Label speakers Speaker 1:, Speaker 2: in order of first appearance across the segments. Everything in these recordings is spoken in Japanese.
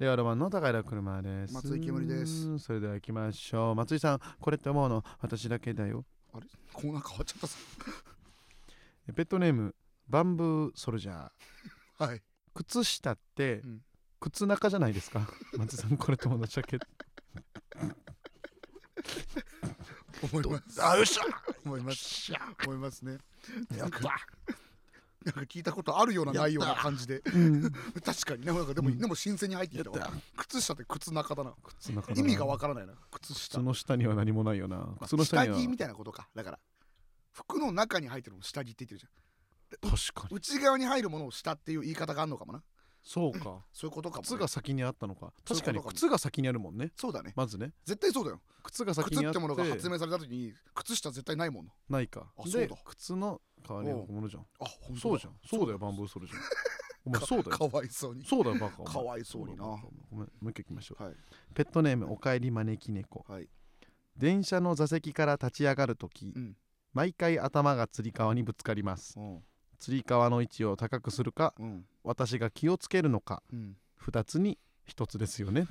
Speaker 1: 令和ロマンの高平車です。
Speaker 2: 松井けむりです。
Speaker 1: それでは行きましょう。松井さん、これって思うの私だけだよ。
Speaker 2: コーナー変わっちゃったさ。
Speaker 1: ペットネーム、バンブーソルジャー。
Speaker 2: はい。
Speaker 1: 靴下って、
Speaker 2: うん
Speaker 1: 靴中じゃないですか。 松井さん、これって思うの私だ け。
Speaker 2: 思います。
Speaker 1: あ、よっし
Speaker 2: 思い
Speaker 1: ゃ
Speaker 2: ます。
Speaker 1: しゃ
Speaker 2: 思いますね。
Speaker 1: やった
Speaker 2: なんか聞いたことあるような
Speaker 1: やった
Speaker 2: ないような感じで。
Speaker 1: うん
Speaker 2: 確かにね。なんかでも、
Speaker 1: うん
Speaker 2: でも新鮮に入って
Speaker 1: や
Speaker 2: き
Speaker 1: った
Speaker 2: わ。靴下って靴中だな。
Speaker 1: 靴中だな
Speaker 2: 意味がわからないな。靴下。
Speaker 1: 靴の下には何もないよな。
Speaker 2: まあ
Speaker 1: 靴の下には
Speaker 2: 下着みたいなことか。だから、服の中に入ってるのも下着って言ってるじ
Speaker 1: 確か
Speaker 2: ゃん。
Speaker 1: に。
Speaker 2: 内側に入るものを下っていう言い方があるのかもな。
Speaker 1: そうか。
Speaker 2: そういうことかもね、
Speaker 1: 靴が先にあったのか。
Speaker 2: そうい
Speaker 1: 確か
Speaker 2: うことかも
Speaker 1: に靴が先にあるもんね。
Speaker 2: そうだね。
Speaker 1: まずね、
Speaker 2: 絶対そうだよ。
Speaker 1: 靴が先
Speaker 2: 靴
Speaker 1: にあ
Speaker 2: っ
Speaker 1: って
Speaker 2: てものが発明された時に、靴下絶対ないもの。
Speaker 1: ないか
Speaker 2: あ。そう
Speaker 1: で
Speaker 2: だ、
Speaker 1: 靴の代わりのものじゃん。
Speaker 2: あ、本当だ
Speaker 1: そうじゃん。そうだよ、バンブーソルジ ャー。お前、そうだよ。
Speaker 2: かわいそうに。
Speaker 1: そうだよ、バカ。お前
Speaker 2: かわいそうに
Speaker 1: だ
Speaker 2: な
Speaker 1: よバカごめん、もう一回行きましょう。
Speaker 2: はい。
Speaker 1: ペットネーム、おかえり招き猫。
Speaker 2: はい。
Speaker 1: 電車の座席から立ち上がるとき
Speaker 2: う、ん。
Speaker 1: 毎回頭がつり革にぶつかります。
Speaker 2: うん。
Speaker 1: つり革の位置を高くするか、
Speaker 2: うん。
Speaker 1: 私が気をつけるのか、
Speaker 2: うん。
Speaker 1: 二つに一つですよ ね。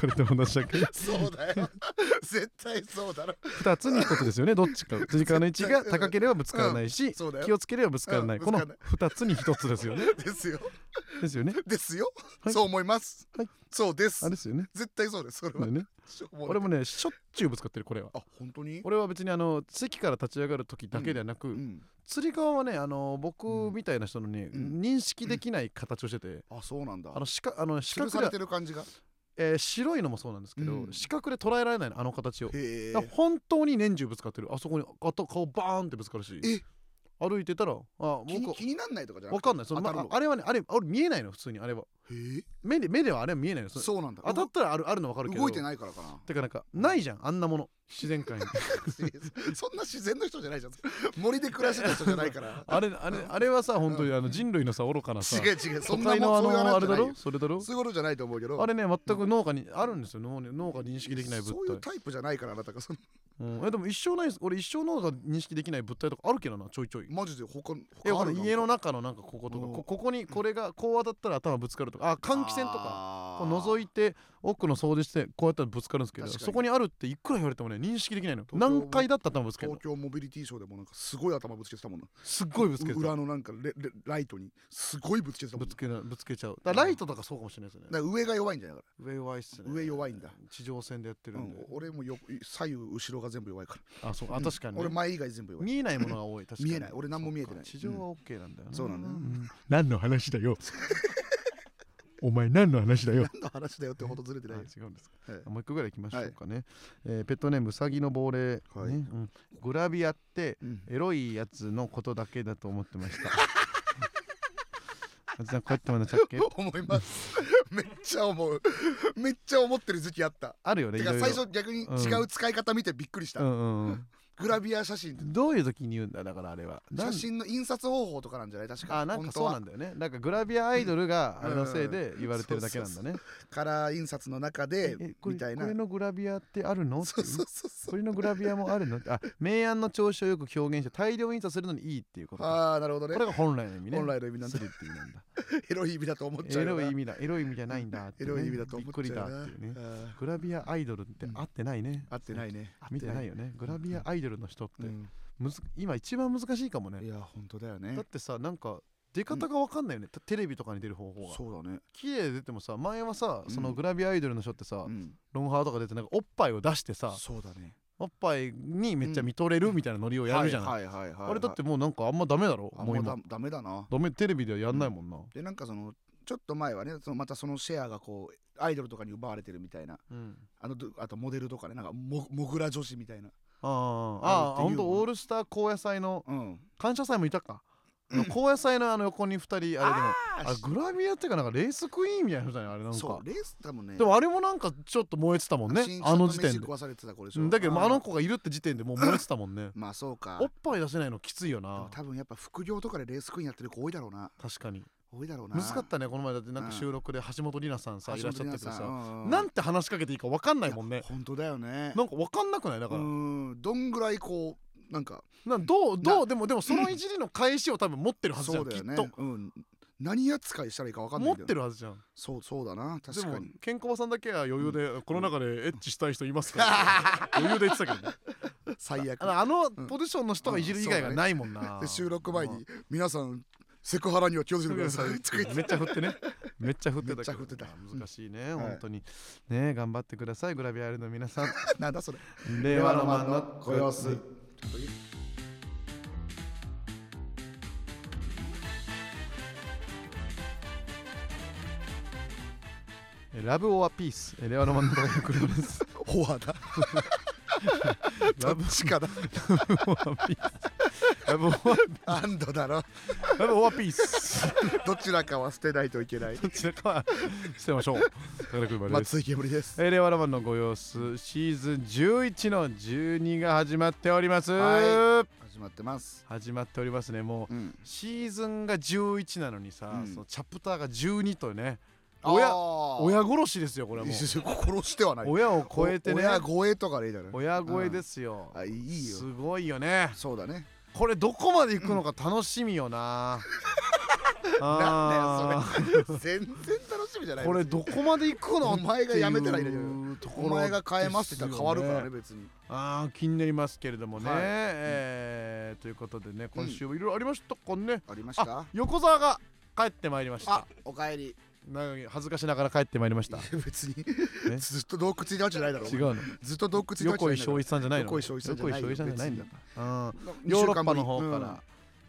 Speaker 1: これと同じだけど
Speaker 2: そうだよ。 絶対そうだろ。
Speaker 1: 二つに一つですよね。どっちか。つり革の位置が高ければぶつからないし、
Speaker 2: そうだ
Speaker 1: 気
Speaker 2: よ。
Speaker 1: をつければぶつからない。
Speaker 2: うん
Speaker 1: この
Speaker 2: ぶつ
Speaker 1: 二つに一つですよね。
Speaker 2: ですよ。
Speaker 1: です よね。
Speaker 2: ですよ。
Speaker 1: はい
Speaker 2: そう思います。
Speaker 1: はい
Speaker 2: そうで
Speaker 1: あ
Speaker 2: す
Speaker 1: れ。ですよね。
Speaker 2: 絶対そうです。それ
Speaker 1: こ
Speaker 2: は
Speaker 1: れ。ね。
Speaker 2: しょうもな
Speaker 1: 俺
Speaker 2: い
Speaker 1: もねしょっちゅうぶつかってるこれは
Speaker 2: あ、本当に
Speaker 1: 俺は別にあの席から立ち上がる時だけではなく、
Speaker 2: うん。
Speaker 1: 釣り側はねあの
Speaker 2: う
Speaker 1: 僕
Speaker 2: ん
Speaker 1: みたいな人のね、
Speaker 2: うん
Speaker 1: 認識できない形をしてて、
Speaker 2: あ、そうなんだ
Speaker 1: あ。の四角あの四
Speaker 2: 潰
Speaker 1: 角
Speaker 2: さ
Speaker 1: で
Speaker 2: れ
Speaker 1: は
Speaker 2: て、る感じが。
Speaker 1: えー白いのもそうなんですけど、
Speaker 2: うん
Speaker 1: 四角で捉えられないのあの形を
Speaker 2: へえ
Speaker 1: だから。本当に年中ぶつかってるあそこにあと顔バーンってぶつかるし
Speaker 2: え
Speaker 1: 歩いてたらあ
Speaker 2: 気に
Speaker 1: 僕
Speaker 2: 気になんないとかじゃなく
Speaker 1: わ
Speaker 2: て
Speaker 1: かんないその、ま
Speaker 2: 当た
Speaker 1: あ
Speaker 2: るの
Speaker 1: あれはねあれ俺見えないの普通にあれは
Speaker 2: へえ。
Speaker 1: 目で目ではあれは見えないのその
Speaker 2: そうなんだ。
Speaker 1: 当たったらあるあるのわかるけど
Speaker 2: 動いて
Speaker 1: い
Speaker 2: ないからかな。
Speaker 1: てかなんかないじゃんあんなもの自然界に
Speaker 2: そんな自然の人じゃないじゃん。森で暮らしてた人じゃないから。
Speaker 1: あれあれあれはさ本当にあの人類のさ愚かなさ
Speaker 2: 違う違う。
Speaker 1: 都
Speaker 2: そんな
Speaker 1: 会の
Speaker 2: も
Speaker 1: あ
Speaker 2: んそういう
Speaker 1: のあ
Speaker 2: 話じ
Speaker 1: れ
Speaker 2: ゃな
Speaker 1: だ
Speaker 2: いよ
Speaker 1: ろ。それだろ
Speaker 2: そういうことじゃないと思うけど。
Speaker 1: あれね全く脳がにあるんですよ脳に脳が認識できない物
Speaker 2: そういう
Speaker 1: 体
Speaker 2: タイプじゃないからあなたがその
Speaker 1: うんえでも一生ないです俺一生脳が認識できない物体とかあるけどなちょいちょい
Speaker 2: マジで他の
Speaker 1: え
Speaker 2: 他
Speaker 1: こ
Speaker 2: あ
Speaker 1: の
Speaker 2: る
Speaker 1: 家の
Speaker 2: 中
Speaker 1: 中のなんかこことか
Speaker 2: うん
Speaker 1: こここにこれがこう当たったら頭ぶつかるとかあ換気扇とか
Speaker 2: か
Speaker 1: こう覗いて奥の掃除してこうやったらぶつかるんですけど
Speaker 2: 確かに
Speaker 1: そこにあるっていくら言われてもね認識できないの
Speaker 2: 東京も
Speaker 1: 何回だったら頭ぶつける
Speaker 2: 東
Speaker 1: の
Speaker 2: 京モビリティショーでもなんかすごい頭ぶつけてたもんな
Speaker 1: すっごいぶつけてた
Speaker 2: 裏のなんかレレライトにすごいぶつけてたも
Speaker 1: ぶ
Speaker 2: ん
Speaker 1: つけなぶつけちゃうだからライトとかそうかもしれないですね
Speaker 2: なだから上が弱いんじゃないか
Speaker 1: 上弱いっすね
Speaker 2: 上弱いんだ
Speaker 1: 地上戦でやって
Speaker 2: ら、
Speaker 1: る
Speaker 2: うんん
Speaker 1: で、
Speaker 2: 俺もよ左右後ろが全部弱いから、
Speaker 1: あそうあ確かに、ね、
Speaker 2: 俺前以外全部弱い
Speaker 1: 見えないものが多い確かに
Speaker 2: 見えない俺何も見えてない
Speaker 1: そうか地上は OK なんだよな、
Speaker 2: うんそうなんだよ
Speaker 1: 何の話だよお前何の話だよ
Speaker 2: 何の話だよってほどずれて
Speaker 1: あ
Speaker 2: ないよ
Speaker 1: 違うんですか、
Speaker 2: はい
Speaker 1: もう一個ぐらい行きましょうかね、えーペットネームうさぎの亡霊、
Speaker 2: はい
Speaker 1: ねうんグラビアって
Speaker 2: うん
Speaker 1: エロいやつのことだけだと思ってま した松井さんこうやって学んだっけ
Speaker 2: 思います めっちゃ思うめっちゃ思ってる時期あった
Speaker 1: あるよね
Speaker 2: て
Speaker 1: い
Speaker 2: か
Speaker 1: ろいろ
Speaker 2: 最初逆に違う使い方見てびっくりした、
Speaker 1: うんうんうん
Speaker 2: グラビア写真って
Speaker 1: どういう時に言うんだだからあれはなん
Speaker 2: 写真の印刷方法とかなんじゃない確か
Speaker 1: あなんかそうなんだよねなんかグラビアアイドルがあれのせいで言われてるだけなんだね
Speaker 2: 本当はカラー印刷の中で
Speaker 1: えこれ
Speaker 2: みたいな
Speaker 1: これのグラビアってあるのって
Speaker 2: そ
Speaker 1: いう
Speaker 2: そうそうそう
Speaker 1: これのグラビアもあるのあ明暗の調子をよく表現して大量印刷するのにいいっていうことか
Speaker 2: ああなるほどね
Speaker 1: これが本来の意味ね
Speaker 2: 本来の意味なんだ
Speaker 1: スリっていう意味なんだ
Speaker 2: エロい意味だと 思っちゃ
Speaker 1: エ
Speaker 2: うよ
Speaker 1: ロ
Speaker 2: ない
Speaker 1: 意味だエロい意味じゃないんだって、
Speaker 2: エ
Speaker 1: ね、
Speaker 2: ロい意味だと思
Speaker 1: びっ
Speaker 2: っ
Speaker 1: くり
Speaker 2: ちゃ
Speaker 1: だ
Speaker 2: うな
Speaker 1: っていうね
Speaker 2: あ
Speaker 1: グラビアアイドルって合ってないね、
Speaker 2: ー合ってないね合
Speaker 1: 見てない
Speaker 2: よ
Speaker 1: よねグラビアアイドルの人って、
Speaker 2: うん
Speaker 1: むず今一番難しいかもね
Speaker 2: いや本当だよね
Speaker 1: だってさなんか出方がわかんないよね、テレビとかに出る方法が
Speaker 2: そうだね
Speaker 1: 綺麗で出てもさ前はさ
Speaker 2: うん
Speaker 1: そのグラビアアイドルの人ってさ、
Speaker 2: うん
Speaker 1: ロンハーとか出てなんかおっぱいを出してさ
Speaker 2: そうだね
Speaker 1: おっぱいにめっちゃ見とれるみたいなノリをやるじゃない、
Speaker 2: はいはいはいはい
Speaker 1: あれだってもうなんかあんまダメだろ
Speaker 2: あ
Speaker 1: も
Speaker 2: も
Speaker 1: う
Speaker 2: う
Speaker 1: 今
Speaker 2: だダメだな
Speaker 1: ダメテレビではやんないもんな、
Speaker 2: でなんかそのちょっと前はねそのまたそのシェアがこうアイドルとかに奪われてるみたいなあのどあとモデルとかねなんかモモグラ女子みたいな
Speaker 1: あああ
Speaker 2: あ
Speaker 1: ほ
Speaker 2: るってい
Speaker 1: ん
Speaker 2: う
Speaker 1: とオールスター高野祭の
Speaker 2: うん
Speaker 1: 感謝祭もいたかの高野祭のあの横に2人あれでも
Speaker 2: あ
Speaker 1: あグラビアっていうかなんかレースクイーンみたいな人じゃないあれなん
Speaker 2: そ
Speaker 1: か
Speaker 2: うレースだもんね
Speaker 1: でもあれもなんかちょっと燃えてたもんね
Speaker 2: 新
Speaker 1: あ
Speaker 2: 人
Speaker 1: の
Speaker 2: と
Speaker 1: 時点
Speaker 2: 飯
Speaker 1: で
Speaker 2: 食わされてた子でし
Speaker 1: う
Speaker 2: ょ
Speaker 1: んだけどまああ
Speaker 2: ー
Speaker 1: の子がいるって時点でもう燃えてたもんね
Speaker 2: まあそうか
Speaker 1: おっぱい出せないのきついよ
Speaker 2: で
Speaker 1: な
Speaker 2: も多分やっぱ副業とかでレースクイーンやってる子多いだろうな
Speaker 1: 確かに
Speaker 2: 多いだろうな
Speaker 1: 難かったねこの前だってなんか
Speaker 2: うん
Speaker 1: 収録で橋本里奈さんさいらっしゃったけどさな
Speaker 2: なん
Speaker 1: て話しかけていいか分かんないもんね
Speaker 2: 本当だよね
Speaker 1: なんか分かんなくないだ
Speaker 2: う
Speaker 1: から
Speaker 2: んどんぐらいこうなんか
Speaker 1: なんどうどうでもでもそのいじりの返しを多分持ってるはずじゃ
Speaker 2: そうんだ
Speaker 1: き
Speaker 2: よ
Speaker 1: っ
Speaker 2: ね
Speaker 1: と
Speaker 2: うん何扱いしたらいいか分かんない
Speaker 1: 持っ
Speaker 2: んだよ
Speaker 1: てるはずじゃん
Speaker 2: そうそうだな確
Speaker 1: でも
Speaker 2: かに
Speaker 1: ケンコバさんだけは余裕で、この中でエッチしたい人いますから、 余裕で言ってたけどね
Speaker 2: 最悪
Speaker 1: あのあの
Speaker 2: うん
Speaker 1: ポジションの人がいじる以外がないもんな、
Speaker 2: で収録前に皆さんセクハラには気をつけてくださいとか言って
Speaker 1: めっちゃ振ってねめっちゃ振ってたけど
Speaker 2: めっちゃ振ってた
Speaker 1: 難しいね、
Speaker 2: ん
Speaker 1: 本当にね頑張ってくださいグラビアアイドルの皆 さん
Speaker 2: なんだそれ
Speaker 1: 令和ロマンのご様子ラブ・オア・ピース令和ロマンのご様子 です
Speaker 2: フォアだど
Speaker 1: ラ
Speaker 2: っ
Speaker 1: ブ・
Speaker 2: ちかだ
Speaker 1: オア・ピースラブ・オア・
Speaker 2: アンドだろ
Speaker 1: ラブオア・ピース
Speaker 2: どちらかは捨てないといけない
Speaker 1: どちらかは捨てま しょう高田君までです
Speaker 2: 松井けむりです
Speaker 1: えー令和ロマンのご様子シーズン11の12が始まっております、
Speaker 2: は始まってます
Speaker 1: 始まっておりますねもう
Speaker 2: うん
Speaker 1: シーズンが11なのにさ、
Speaker 2: うん
Speaker 1: そのチャプターが12とね親親殺しですよこれはもう
Speaker 2: 殺してはない
Speaker 1: 親を超えてね
Speaker 2: 親超えとかでいいだろ
Speaker 1: 親超えですよ、
Speaker 2: あいいよ
Speaker 1: すごいよね
Speaker 2: そうだね
Speaker 1: これどこまで行くのか楽しみよ な、あー
Speaker 2: なんだよそれ 全然楽しみじゃない
Speaker 1: これどこまで行くの
Speaker 2: お前がやめたらいいのに
Speaker 1: とこ
Speaker 2: お
Speaker 1: ろ
Speaker 2: 前が変えますって言ったら変わるから
Speaker 1: ですよ
Speaker 2: ね別に
Speaker 1: あー気になりますけれどもね、
Speaker 2: はい
Speaker 1: えーということでね今週もいろいろありましたかね、
Speaker 2: ありました
Speaker 1: あ横澤が帰ってまいりまし
Speaker 2: あ
Speaker 1: た
Speaker 2: おかえり
Speaker 1: な恥ずかしながら帰ってまいりまし
Speaker 2: い
Speaker 1: た
Speaker 2: や 別にずっと洞窟にいたわけじゃないだろ
Speaker 1: 違うの
Speaker 2: ずっと洞窟にいたわけ
Speaker 1: 横井
Speaker 2: じゃ
Speaker 1: 翔
Speaker 2: ない
Speaker 1: 一さんじゃないの
Speaker 2: 横井翔一さんじゃないよ
Speaker 1: 横井翔一さんじゃないんだうん
Speaker 2: だろ二
Speaker 1: ヨー
Speaker 2: 週
Speaker 1: ロッ
Speaker 2: 間ぶ
Speaker 1: パ
Speaker 2: り
Speaker 1: の方か
Speaker 2: うん
Speaker 1: ら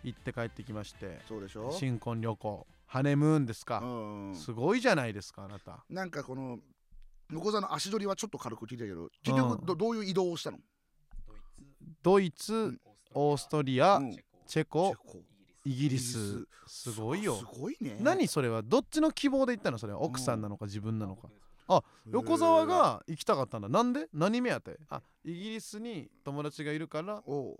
Speaker 1: 行って帰ってきまして
Speaker 2: そうでしょ
Speaker 1: 新婚旅行ハネムーンです
Speaker 2: う
Speaker 1: か
Speaker 2: ん
Speaker 1: すごいじゃないですかあなた
Speaker 2: なんかこの横座の足取りはちょっと軽く聞いたけど結局どどういう移動をしたの
Speaker 1: ドイツオーストリア
Speaker 2: うん
Speaker 1: チェコ
Speaker 2: チェコ
Speaker 1: イギリ
Speaker 2: イギ
Speaker 1: ス
Speaker 2: リ
Speaker 1: すごいよ
Speaker 2: すごいね
Speaker 1: 何それはどっちの希望で行ったのそれは奥さんなのか自分なのか横澤が行きたかったんだなんで何目当てあイギリスに友達がいるから
Speaker 2: おう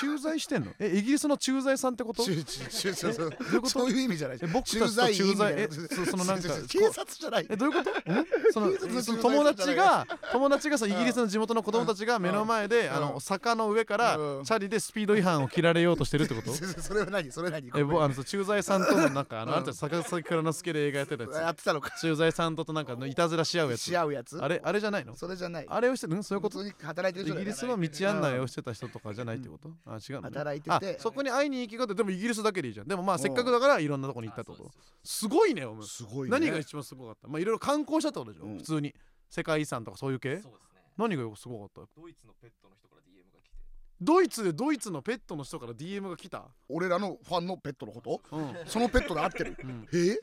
Speaker 1: 駐在してんのえイギリスの駐在さんってこと
Speaker 2: ちゅちゅちゅそうそう
Speaker 1: どういうこと
Speaker 2: そういう意味じゃない
Speaker 1: え僕たちと駐在えそ そのなんか
Speaker 2: ちゅちゅちゅ警察じゃない
Speaker 1: えどういうこ とんその
Speaker 2: いいこと
Speaker 1: その友達が友達がさ
Speaker 2: うん
Speaker 1: イギリスの地元の子供たちが目の前で
Speaker 2: うん
Speaker 1: あの坂の上から
Speaker 2: うん
Speaker 1: チャリでスピード違反を切られようとしてるってこ と
Speaker 2: ちゅちゅそれは何それは何
Speaker 1: えぼ
Speaker 2: ご
Speaker 1: あのそう駐在さんとのなんかあ
Speaker 2: う
Speaker 1: の
Speaker 2: ん
Speaker 1: あれ坂崎倉之助で映画やってた
Speaker 2: めんや
Speaker 1: や
Speaker 2: ってたのか
Speaker 1: つ駐在さんととなんかのいたずらし合うやつ
Speaker 2: し合うやつ
Speaker 1: あれあれじゃないの
Speaker 2: それじゃない
Speaker 1: あれをしてるんそういうこと
Speaker 2: 普通に働いて
Speaker 1: イ
Speaker 2: る人
Speaker 1: ギ
Speaker 2: だよ
Speaker 1: リスの道案内をしてた人とかじゃないってことあ違うのね
Speaker 2: 働いてて
Speaker 1: あそこに会いに行きがってでもイギリスだけでいいじゃんでもまあ
Speaker 2: うん
Speaker 1: せっかくだからいろんなとこに行ったってことすごいねお前
Speaker 2: すごいね
Speaker 1: 何が一番すごかったまあいろいろ観光したってことでしょ、
Speaker 2: うん
Speaker 1: 普通に世界遺産とかそういう系
Speaker 3: そうですね。
Speaker 1: 何がすごかった
Speaker 3: ドイツのペットの人から DM が来て。
Speaker 1: ドイツでドイツのペットの人から DM が来た、
Speaker 2: 俺らのファンのペットのこと
Speaker 1: うん
Speaker 2: そのペットで合ってる
Speaker 1: うん
Speaker 2: え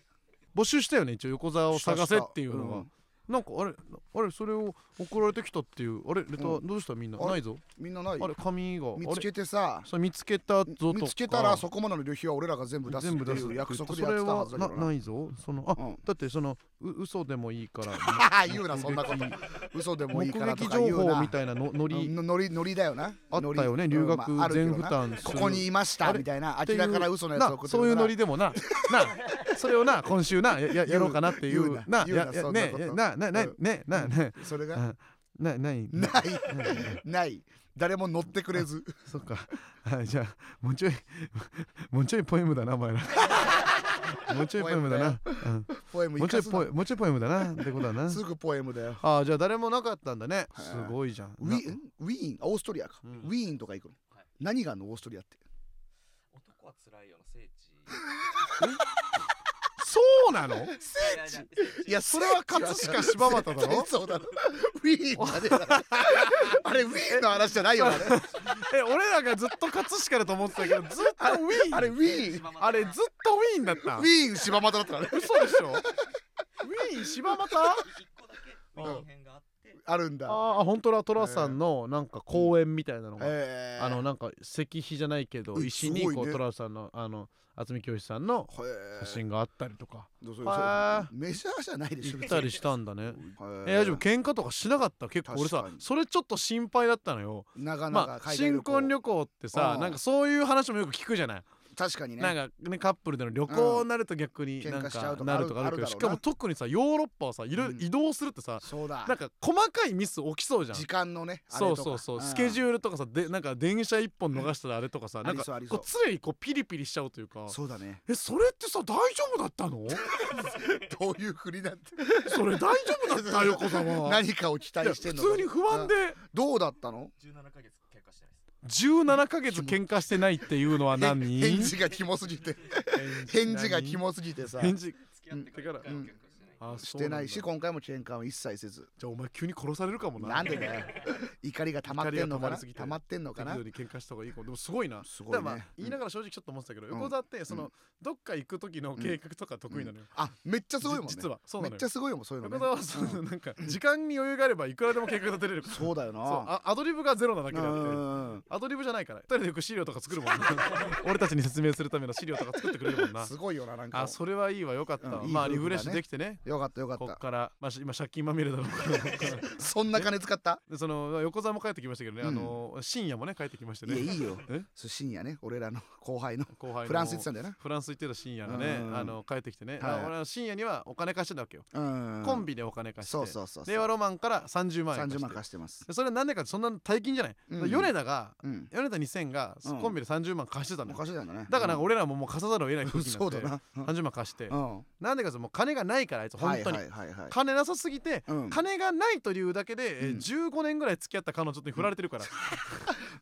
Speaker 1: 募集したよね一応横澤を探せっていうのは、
Speaker 2: うん
Speaker 1: なんかあれあれそれを送られてきたっていうあれレターどうしたみんな、
Speaker 2: あれ
Speaker 1: ないぞ
Speaker 2: みんなない
Speaker 1: あれ紙が
Speaker 2: 見つ
Speaker 1: あれ
Speaker 2: けてさ
Speaker 1: そう見つけたぞとか
Speaker 2: 見つけたらそこまでの旅費は俺らが全部出す
Speaker 1: 全
Speaker 2: っ
Speaker 1: 部
Speaker 2: て
Speaker 1: 出
Speaker 2: い
Speaker 1: す
Speaker 2: う約束で
Speaker 1: そ
Speaker 2: やっ
Speaker 1: れ
Speaker 2: てたは
Speaker 1: は
Speaker 2: ずだ
Speaker 1: な
Speaker 2: けどな
Speaker 1: ないぞそのあ、
Speaker 2: うん
Speaker 1: だってそのう嘘でもいいから
Speaker 2: 言うなそんなこと嘘 でも
Speaker 1: 目
Speaker 2: いいからと
Speaker 1: 撃
Speaker 2: か言
Speaker 1: 情
Speaker 2: う
Speaker 1: 報
Speaker 2: な
Speaker 1: みたいなのノリ
Speaker 2: うんノリノリだよな
Speaker 1: あったよね
Speaker 2: ノリ
Speaker 1: 留学
Speaker 2: うんまああるけど
Speaker 1: 全
Speaker 2: な
Speaker 1: 負担する
Speaker 2: ここにいました
Speaker 1: あれ
Speaker 2: みたいな明らかな嘘のやつ送って
Speaker 1: なそういうノリ
Speaker 2: で
Speaker 1: でもななそれをな今週なやややろうかなってい
Speaker 2: 言う
Speaker 1: うな
Speaker 2: な言うな
Speaker 1: やや
Speaker 2: そんな
Speaker 1: ね
Speaker 2: こと
Speaker 1: やななな
Speaker 2: うん
Speaker 1: ねなね
Speaker 2: それが
Speaker 1: あなない
Speaker 2: ないない誰も乗ってくれず
Speaker 1: そっかはいじゃあもうちょいもうちょいポエムだなお 前らもうちょいポエムだなうん
Speaker 2: ポエム
Speaker 1: も
Speaker 2: いう
Speaker 1: ちょ
Speaker 2: か
Speaker 1: い
Speaker 2: す
Speaker 1: ポ
Speaker 2: な
Speaker 1: エもうちょいポエムだなってことだな
Speaker 2: すぐポエムだよ
Speaker 1: あーじゃあ誰もなかったんだね
Speaker 2: はい
Speaker 1: すごいじゃん
Speaker 2: ウィーンウィーンオーストリアか
Speaker 1: うん
Speaker 2: ウィーンとか行くの
Speaker 3: はい
Speaker 2: 何があんのオーストリアって
Speaker 3: 男は辛いよの聖地。
Speaker 1: そうな の
Speaker 3: 聖地。いやいやいや聖地
Speaker 2: や
Speaker 1: それは葛飾柴又だろ
Speaker 2: 絶対そうだろウィーンだね あれウィーンの話じゃないよあれ
Speaker 1: え俺らがずっと葛飾だと思ってたけどずっとウィーン
Speaker 2: あれウィーン
Speaker 3: 柴又
Speaker 1: あれずっとウィーンだった
Speaker 2: ウィーン柴又だったからね
Speaker 1: 嘘でしょウィーン柴 又あ
Speaker 3: 一個だけウィーン編があって。
Speaker 2: あるんだ
Speaker 1: あ本当だトラさんのなんか公園みたいなのが、
Speaker 2: えー
Speaker 1: あのなんか石碑じゃないけど
Speaker 2: え
Speaker 1: 石にこ
Speaker 2: すご
Speaker 1: う、
Speaker 2: いね
Speaker 1: トラさんのあの渥美教師さんの
Speaker 2: へー
Speaker 1: 写真があったりとか
Speaker 2: どうぞ
Speaker 1: へー
Speaker 2: メジャーじゃないでしょ
Speaker 1: 行ったりしたんだね
Speaker 2: 別に
Speaker 1: え大丈夫喧嘩とかしなかった結構俺さ
Speaker 2: 確かに
Speaker 1: それちょっと心配だったのよ
Speaker 2: なかな
Speaker 1: ま
Speaker 2: か
Speaker 1: あ
Speaker 2: 海外
Speaker 1: 新婚
Speaker 2: 旅
Speaker 1: 旅行ってさ
Speaker 2: うん
Speaker 1: なんかそういう話もよく聞くじゃない
Speaker 2: 確かにね
Speaker 1: なんかねカップルでの旅行になると逆に
Speaker 2: うん
Speaker 1: なん
Speaker 2: 喧嘩しちゃ
Speaker 1: か
Speaker 2: うとか
Speaker 1: なるとかあるけど
Speaker 2: ある
Speaker 1: し
Speaker 2: ある
Speaker 1: か
Speaker 2: だろうな
Speaker 1: も特にさヨーロッパはさいろいろ
Speaker 2: うん
Speaker 1: 移動するってさ
Speaker 2: そうだ
Speaker 1: なんか細かいミス起きそうじゃん
Speaker 2: 時間のねあれ
Speaker 1: そう
Speaker 2: とか
Speaker 1: そうそうスケジ
Speaker 2: ュー
Speaker 1: ュールとかさでなんか電車一本逃したらあれとかさ
Speaker 2: ん
Speaker 1: なんか
Speaker 2: ありそうありそ
Speaker 1: こ
Speaker 2: う
Speaker 1: う常にこうピリピリしちゃうというか
Speaker 2: そう だね
Speaker 1: えそれってさ大丈夫だった の
Speaker 2: どういうふりなんて
Speaker 1: それ大丈夫だった横 澤
Speaker 2: 何かを期
Speaker 1: いや
Speaker 2: 待して
Speaker 1: 普
Speaker 2: んの
Speaker 1: 通に不安で
Speaker 2: どうだったの
Speaker 3: 17ヶ月喧嘩してないです。
Speaker 1: 17ヶ月喧嘩してないっていうのは何
Speaker 2: へ返事がキモすぎて返事がキモすぎてさ
Speaker 1: 返事
Speaker 3: 付き合ってから一回も喧嘩してない。
Speaker 1: あ
Speaker 2: し
Speaker 1: そうな
Speaker 2: て
Speaker 1: んだ
Speaker 2: ないし今回も喧嘩は一切せず
Speaker 1: じゃあお前急に殺されるかもな
Speaker 2: なんで だよ怒りが溜まってんのか
Speaker 1: 怒りが溜まり
Speaker 2: な
Speaker 1: すぎて
Speaker 2: 溜まってんのか
Speaker 1: 適
Speaker 2: な
Speaker 1: 度に喧嘩した方がいいかもでもすごいな
Speaker 2: すごいね
Speaker 1: だからまあ
Speaker 2: うん
Speaker 1: 言いながら正直ちょっと思ってたけど、
Speaker 2: ん
Speaker 1: 横澤ってその、
Speaker 2: う
Speaker 1: どっか行く時の計画とか得意なのよ、
Speaker 2: あめっちゃすごいもんね
Speaker 1: じ実はそうな
Speaker 2: め
Speaker 1: の
Speaker 2: っ
Speaker 1: よ
Speaker 2: ちゃすごいもんそういうのね
Speaker 1: 横澤はその、なんか時間に余裕があればいくらでも計画立てれるから
Speaker 2: そうだよな
Speaker 1: そうあアドリブがゼロなだけ
Speaker 2: う
Speaker 1: であって
Speaker 2: んうん
Speaker 1: アドリブじゃないから一人でよく資料とか作るも んな俺たちに説明するための資料とか作ってくれるもんな
Speaker 2: すごいよななんか
Speaker 1: あそれはいいわよかったわ、
Speaker 2: うんいい
Speaker 1: まあ
Speaker 2: 夫婦だね
Speaker 1: リフレッシュできてね
Speaker 2: よかったよか
Speaker 1: こっ
Speaker 2: っ
Speaker 1: から、まあ、し今借金まみれだろうから
Speaker 2: たそんな金使った
Speaker 1: でその横澤も帰ってきましたけどね、
Speaker 2: うん
Speaker 1: あの深夜もね帰ってきました
Speaker 2: いや
Speaker 1: ね
Speaker 2: いいよ
Speaker 1: え
Speaker 2: そう深夜ね俺らの後輩の
Speaker 1: 後輩の
Speaker 2: フランス行ってたんだよな
Speaker 1: フランス行ってた深夜のね、
Speaker 2: うん
Speaker 1: あの帰ってきてね、
Speaker 2: はい
Speaker 1: あ俺は深夜にはお金貸してたわけよ、
Speaker 2: うん
Speaker 1: コンビでお金貸して
Speaker 2: そうそうそうそう
Speaker 1: 令和ロマンから30万円貸して
Speaker 2: 30万貸してます
Speaker 1: でそれは何でかってそんな大金じゃない、
Speaker 2: うん
Speaker 1: 米田が
Speaker 2: うん
Speaker 1: 米田2000が
Speaker 2: うん
Speaker 1: コンビで30万貸してたの
Speaker 2: お
Speaker 1: よ、
Speaker 2: かしいだね
Speaker 1: だからなんか俺らももう貸さざるを得 ない空気にな
Speaker 2: そ
Speaker 1: っ
Speaker 2: う
Speaker 1: て
Speaker 2: だなうん
Speaker 1: 30万貸して、
Speaker 2: うん
Speaker 1: なんでかってもう金がないからあいつ本当に、
Speaker 2: はいはいはいはい
Speaker 1: 金なさすぎて、
Speaker 2: うん
Speaker 1: 金がないというだけで、えー
Speaker 2: うん
Speaker 1: 15年ぐらい付き合った彼女に振られてるから、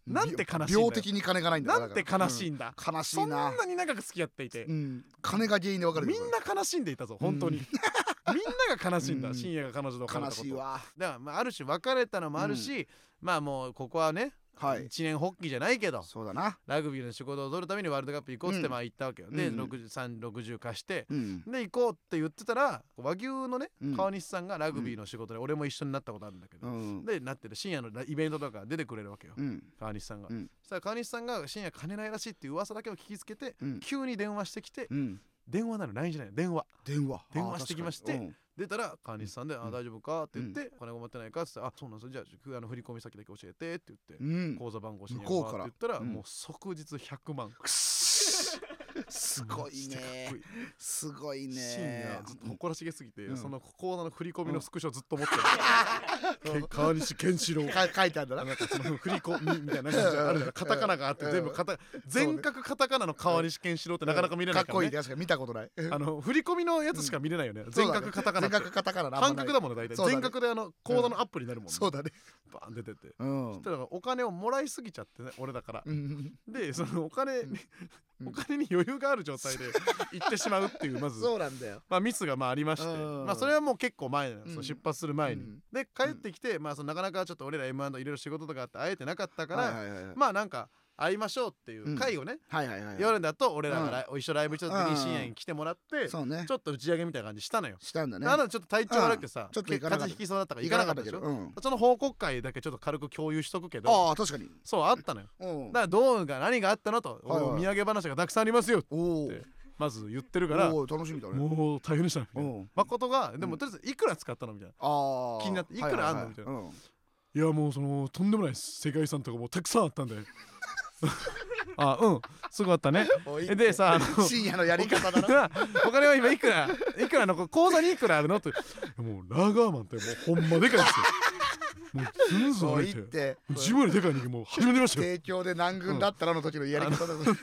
Speaker 1: なんて悲しいんだよ
Speaker 2: 病的に金がないんだよ
Speaker 1: なんて悲しい
Speaker 2: い
Speaker 1: んだ、
Speaker 2: 悲し
Speaker 1: そ
Speaker 2: い
Speaker 1: ん
Speaker 2: な
Speaker 1: なに長く付き合っていて、
Speaker 2: うん金が原因で分かるよ
Speaker 1: みんな悲しんでいたぞ本 当に、
Speaker 2: う
Speaker 1: みんなが悲しんだ、
Speaker 2: うん
Speaker 1: 深夜が彼女と別
Speaker 2: これ
Speaker 1: れ
Speaker 2: 悲
Speaker 1: たこと
Speaker 2: しいわ
Speaker 1: だから、まあ、ある種別れたのもあるし、まあもうここはね、
Speaker 2: はい
Speaker 1: 一年発起じゃないけど
Speaker 2: そうだな
Speaker 1: ラグビーの仕事を取るためにワールドカップ行こうっつって
Speaker 2: うん
Speaker 1: まあ行ったわけよ、で
Speaker 2: うんうん
Speaker 1: 6030貸して
Speaker 2: うん
Speaker 1: で行こうって言ってたら和牛のね
Speaker 2: うん
Speaker 1: 川西さんがラグビーの仕事で俺も一緒になったことあるんだけど、
Speaker 2: うん
Speaker 1: でなってる深夜のライベントとか出てくれるわけよ、
Speaker 2: うん
Speaker 1: 川西さんが、
Speaker 2: うん
Speaker 1: そしたら川西さんが深夜金ないらしいっていう噂だけを聞きつけて、
Speaker 2: うん
Speaker 1: 急に電話してきて、
Speaker 2: うん
Speaker 1: 電話なの LINE じゃないの電話
Speaker 2: 電話
Speaker 1: 電話してきまして
Speaker 2: あー確か
Speaker 1: 出たら川西さんで「あ大丈夫か?」って言って「
Speaker 2: う
Speaker 1: 金が持ってないか?」って言って「あそうなんですよじゃあくあの振り込み先だけ教えて」って言って
Speaker 2: にうんうん
Speaker 1: 口座番号教えて
Speaker 2: 向こうから
Speaker 1: って言ったら、
Speaker 2: うん
Speaker 1: もう即日100万
Speaker 2: くっすすごい
Speaker 1: してかっ
Speaker 2: ね
Speaker 1: こいい
Speaker 2: すごい
Speaker 1: 深
Speaker 2: ね
Speaker 1: 夜ずっと誇らしげすぎて、
Speaker 2: うん
Speaker 1: その口座の振り込みのスクショずっと 持ってる、け川西健志郎
Speaker 2: か書いてあるんだ
Speaker 1: な
Speaker 2: なん
Speaker 1: かその振り込みみたいな感じあるじゃんカタカナがあって全部カタ全角カタカナの川西健志郎ってなかなか見れないか
Speaker 2: かっ
Speaker 1: ら、
Speaker 2: こい
Speaker 1: ね
Speaker 2: いね確かに見たことない
Speaker 1: あの振り込みのやつしか見れないよね、全角カタカナ
Speaker 2: 全
Speaker 1: って
Speaker 2: 角カタカナなあ
Speaker 1: 半
Speaker 2: んまない
Speaker 1: 角だもんね大体
Speaker 2: そうだ
Speaker 1: 全
Speaker 2: ね
Speaker 1: 角であの口座のアップになるもんね、
Speaker 2: そうだね
Speaker 1: バーン出てて。
Speaker 2: うん
Speaker 1: そしたらお金をもらいすぎちゃってね俺だから
Speaker 2: うん
Speaker 1: でそのお金、に
Speaker 2: うん
Speaker 1: お金に余裕がある状態 で行ってしまうっていうまず
Speaker 2: そうなんだよ
Speaker 1: まあ、ミスがまあありまして、
Speaker 2: うん
Speaker 1: まあ、それはもう結構前なんですよ、
Speaker 2: うん
Speaker 1: 出発する前に。
Speaker 2: うん
Speaker 1: で帰ってきて、まあ、そのなかなかちょっと俺ら M&A いろいろ仕事とかあって会えてなかったから、
Speaker 2: はいはいはいはい
Speaker 1: まあなんか会いましょうっていううん会をね、
Speaker 2: はいはいはい
Speaker 1: 夜だと俺らがライ一緒ライブした時
Speaker 2: う
Speaker 1: に
Speaker 2: ん
Speaker 1: 深夜に来てもらって、ちょ
Speaker 2: そうね
Speaker 1: っと打ち上げみたいな感じしたのよ。
Speaker 2: したんだね
Speaker 1: なのでちょっと体調悪くてさ、
Speaker 2: うんちょっと
Speaker 1: け
Speaker 2: 行かなか
Speaker 1: 風
Speaker 2: っ
Speaker 1: 邪
Speaker 2: た
Speaker 1: ひきそうだったから行かなかったでしょ、
Speaker 2: うん
Speaker 1: その報告会だけちょっと軽く共有しとくけど
Speaker 2: ああ確かに
Speaker 1: そうあったのよ。
Speaker 2: うん
Speaker 1: だからどうが何があったのと、
Speaker 2: はいはい
Speaker 1: お土産話がたくさんありますよって
Speaker 2: おー
Speaker 1: まず言ってるから
Speaker 2: おー楽しみだね
Speaker 1: もう大変でしたねみたいな
Speaker 2: うん
Speaker 1: 誠がでも
Speaker 2: うん
Speaker 1: とりあえずいくら使ったのみたいな
Speaker 2: ああ
Speaker 1: 気になっていくらあんのみたいな
Speaker 2: ない
Speaker 1: やもうそのとんでもないです世界遺産とかもうたくさんあ ったんであうんすごかったねえでさあの
Speaker 2: 深夜のやり 方だな
Speaker 1: お金は今いくらいくらの口座にいくらあるのってもうラガーマンってもうほんまでかいですよもうずんずん
Speaker 2: お
Speaker 1: 入
Speaker 2: い
Speaker 1: っ
Speaker 2: って
Speaker 1: も
Speaker 2: て
Speaker 1: う自分よりでかい人間もう始めてましたよ
Speaker 2: 提供で何軍だったらの時のやり方だぞ
Speaker 1: 全